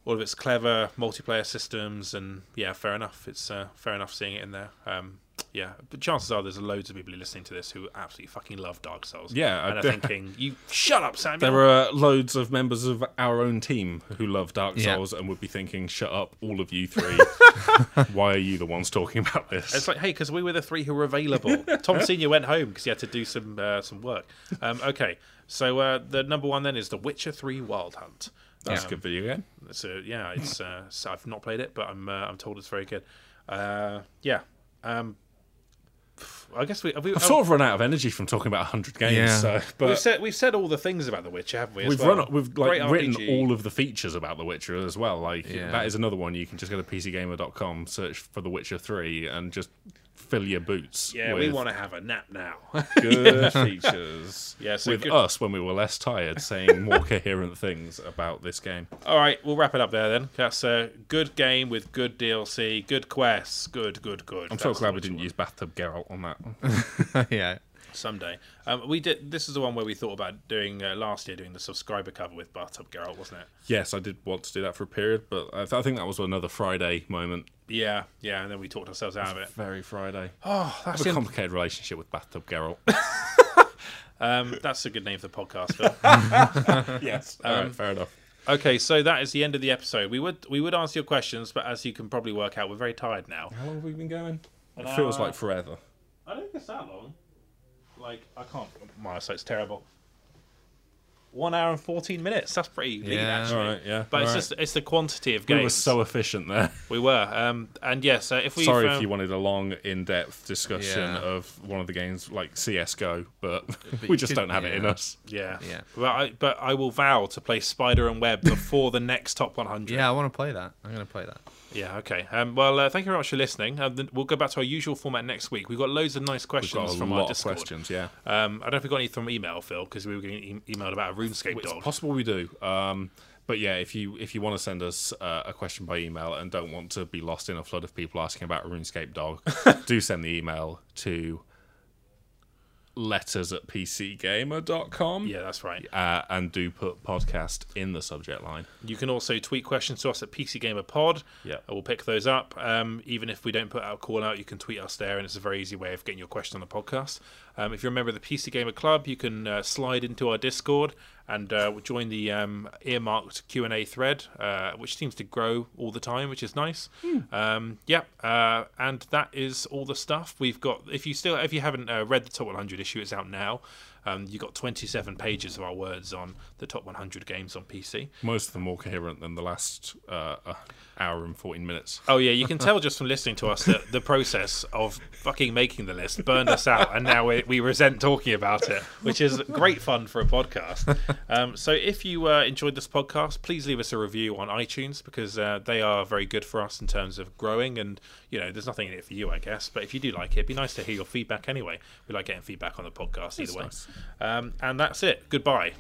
Speaker 1: all of its clever multiplayer systems and yeah, fair enough. It's uh, fair enough seeing it in there. Um, yeah, but chances are there's loads of people listening to this who absolutely fucking love Dark Souls.
Speaker 2: Yeah, I-
Speaker 1: and are thinking you shut up, Samuel.
Speaker 2: there are loads of members of our own team who love Dark
Speaker 3: Yeah.
Speaker 2: Souls and would be thinking, "Shut up, all of you three! Why are you the ones talking about this?"
Speaker 1: It's like, hey, because we were the three who were available. Tom Senior went home because he had to do some uh, some work. Um, okay, so uh, the number one then is The Witcher Three: Wild Hunt.
Speaker 2: That's
Speaker 1: Um,
Speaker 2: a good video game.
Speaker 1: So yeah, it's uh, so I've not played it, but I'm uh, I'm told it's very good. Uh, yeah, um, I guess we have we.
Speaker 2: I've sort of run out of energy from talking about hundred games,
Speaker 3: Yeah.
Speaker 2: so
Speaker 1: we've
Speaker 2: but.
Speaker 1: said we've said all the things about The Witcher, haven't we? as
Speaker 2: We've
Speaker 1: well?
Speaker 2: run. We've like
Speaker 1: Great
Speaker 2: written
Speaker 1: RPG.
Speaker 2: all of the features about The Witcher as well. Like
Speaker 3: Yeah.
Speaker 2: that is another one you can just go to pcgamer.com, search for The Witcher Three, and just fill your boots.
Speaker 1: Yeah, we
Speaker 2: with
Speaker 1: want to have a nap now.
Speaker 2: good features
Speaker 1: Yeah, so
Speaker 2: with
Speaker 1: good-
Speaker 2: us when we were less tired saying more coherent things about this game.
Speaker 1: All right, we'll wrap it up there then. That's a good game with good DLC, good quests, good, good, good.
Speaker 2: I'm so glad we didn't use Bathtub Geralt on that.
Speaker 3: yeah,
Speaker 1: someday. Um, we did. This is the one where we thought about doing uh, last year, doing the subscriber cover with Bathtub Geralt, wasn't it?
Speaker 2: yes, I did want to do that for a period, but I, th- I think that was another Friday moment.
Speaker 1: Yeah, yeah. And then we talked ourselves out of it.
Speaker 2: Very Friday.
Speaker 1: Oh,
Speaker 2: I
Speaker 1: that's
Speaker 2: have a complicated relationship with Bathtub Geralt.
Speaker 1: um, that's a good name for the podcast, Phil.
Speaker 2: yes, All right, fair enough.
Speaker 1: okay, so that is the end of the episode. We would we would answer your questions, but as you can probably work out, we're very tired now.
Speaker 2: How long have we been going? It feels like forever.
Speaker 1: I don't think it's that long. Like I can't. My eyesight's terrible. One hour and fourteen minutes. That's pretty lean,
Speaker 3: Yeah.
Speaker 1: actually.
Speaker 2: All right, yeah.
Speaker 1: But
Speaker 2: all
Speaker 1: it's
Speaker 2: right.
Speaker 1: just it's the quantity of games.
Speaker 2: we were so efficient there.
Speaker 1: We were, um, and yes, uh, if we
Speaker 2: Sorry if you wanted a long, in-depth discussion
Speaker 3: Yeah.
Speaker 2: of one of the games like CS:GO, but,
Speaker 3: you
Speaker 2: we just
Speaker 3: could-
Speaker 2: don't have it in
Speaker 3: yeah.
Speaker 2: us.
Speaker 1: Yeah.
Speaker 3: Yeah.
Speaker 1: Well, I, but I will vow to play Spider and Web before the next top 100.
Speaker 3: yeah. I want to play that. I'm going to play that.
Speaker 1: Yeah, okay. Um, well, uh, thank you very much for listening. Uh, th- we'll go back to our usual format next week. We've got loads of nice
Speaker 2: We've
Speaker 1: questions
Speaker 2: got a
Speaker 1: from our
Speaker 2: lot of
Speaker 1: Discord.
Speaker 2: questions. Yeah.
Speaker 1: Um, I don't know if we got any from email, Phil, because we were getting e- emailed about a RuneScape
Speaker 2: It's
Speaker 1: dog.
Speaker 2: possible we do. Um, but yeah, if you if you want to send us uh, a question by email and don't want to be lost in a flood of people asking about RuneScape dog, do send the email to letters at pcgamer.com
Speaker 1: yeah, that's right.
Speaker 2: uh, and do put podcast in the subject line.
Speaker 1: You can also tweet questions to us at PC Gamer Pod.
Speaker 2: Yeah.
Speaker 1: and we'll pick those up. Um, even if we don't put out a call out, you can tweet us there, and it's a very easy way of getting your question on the podcast. Um, if you're a member of the PC Gamer Club, you can uh, slide into our Discord and uh, join the um, earmarked Q and A thread, uh, which seems to grow all the time, which is nice. Um, yeah, uh, and that is all the stuff we've got. If you still, if you haven't uh, read the top 100 issue, it's out now. Um, you got 27 pages of our words on the top 100 games on PC.
Speaker 2: Most of them more coherent than the last uh, uh, hour and 14 minutes.
Speaker 1: Oh yeah, you can tell just from listening to us that the process of fucking making the list burned us out, and now we, we resent talking about it, which is great fun for a podcast. Um, so if you uh, enjoyed this podcast, please leave us a review on iTunes because uh, they are very good for us in terms of growing. And you know, there's nothing in it for you, I guess. But if you do like it, it'd be nice to hear your feedback anyway. We like getting feedback on the podcast either way. Um, and that's it. Goodbye.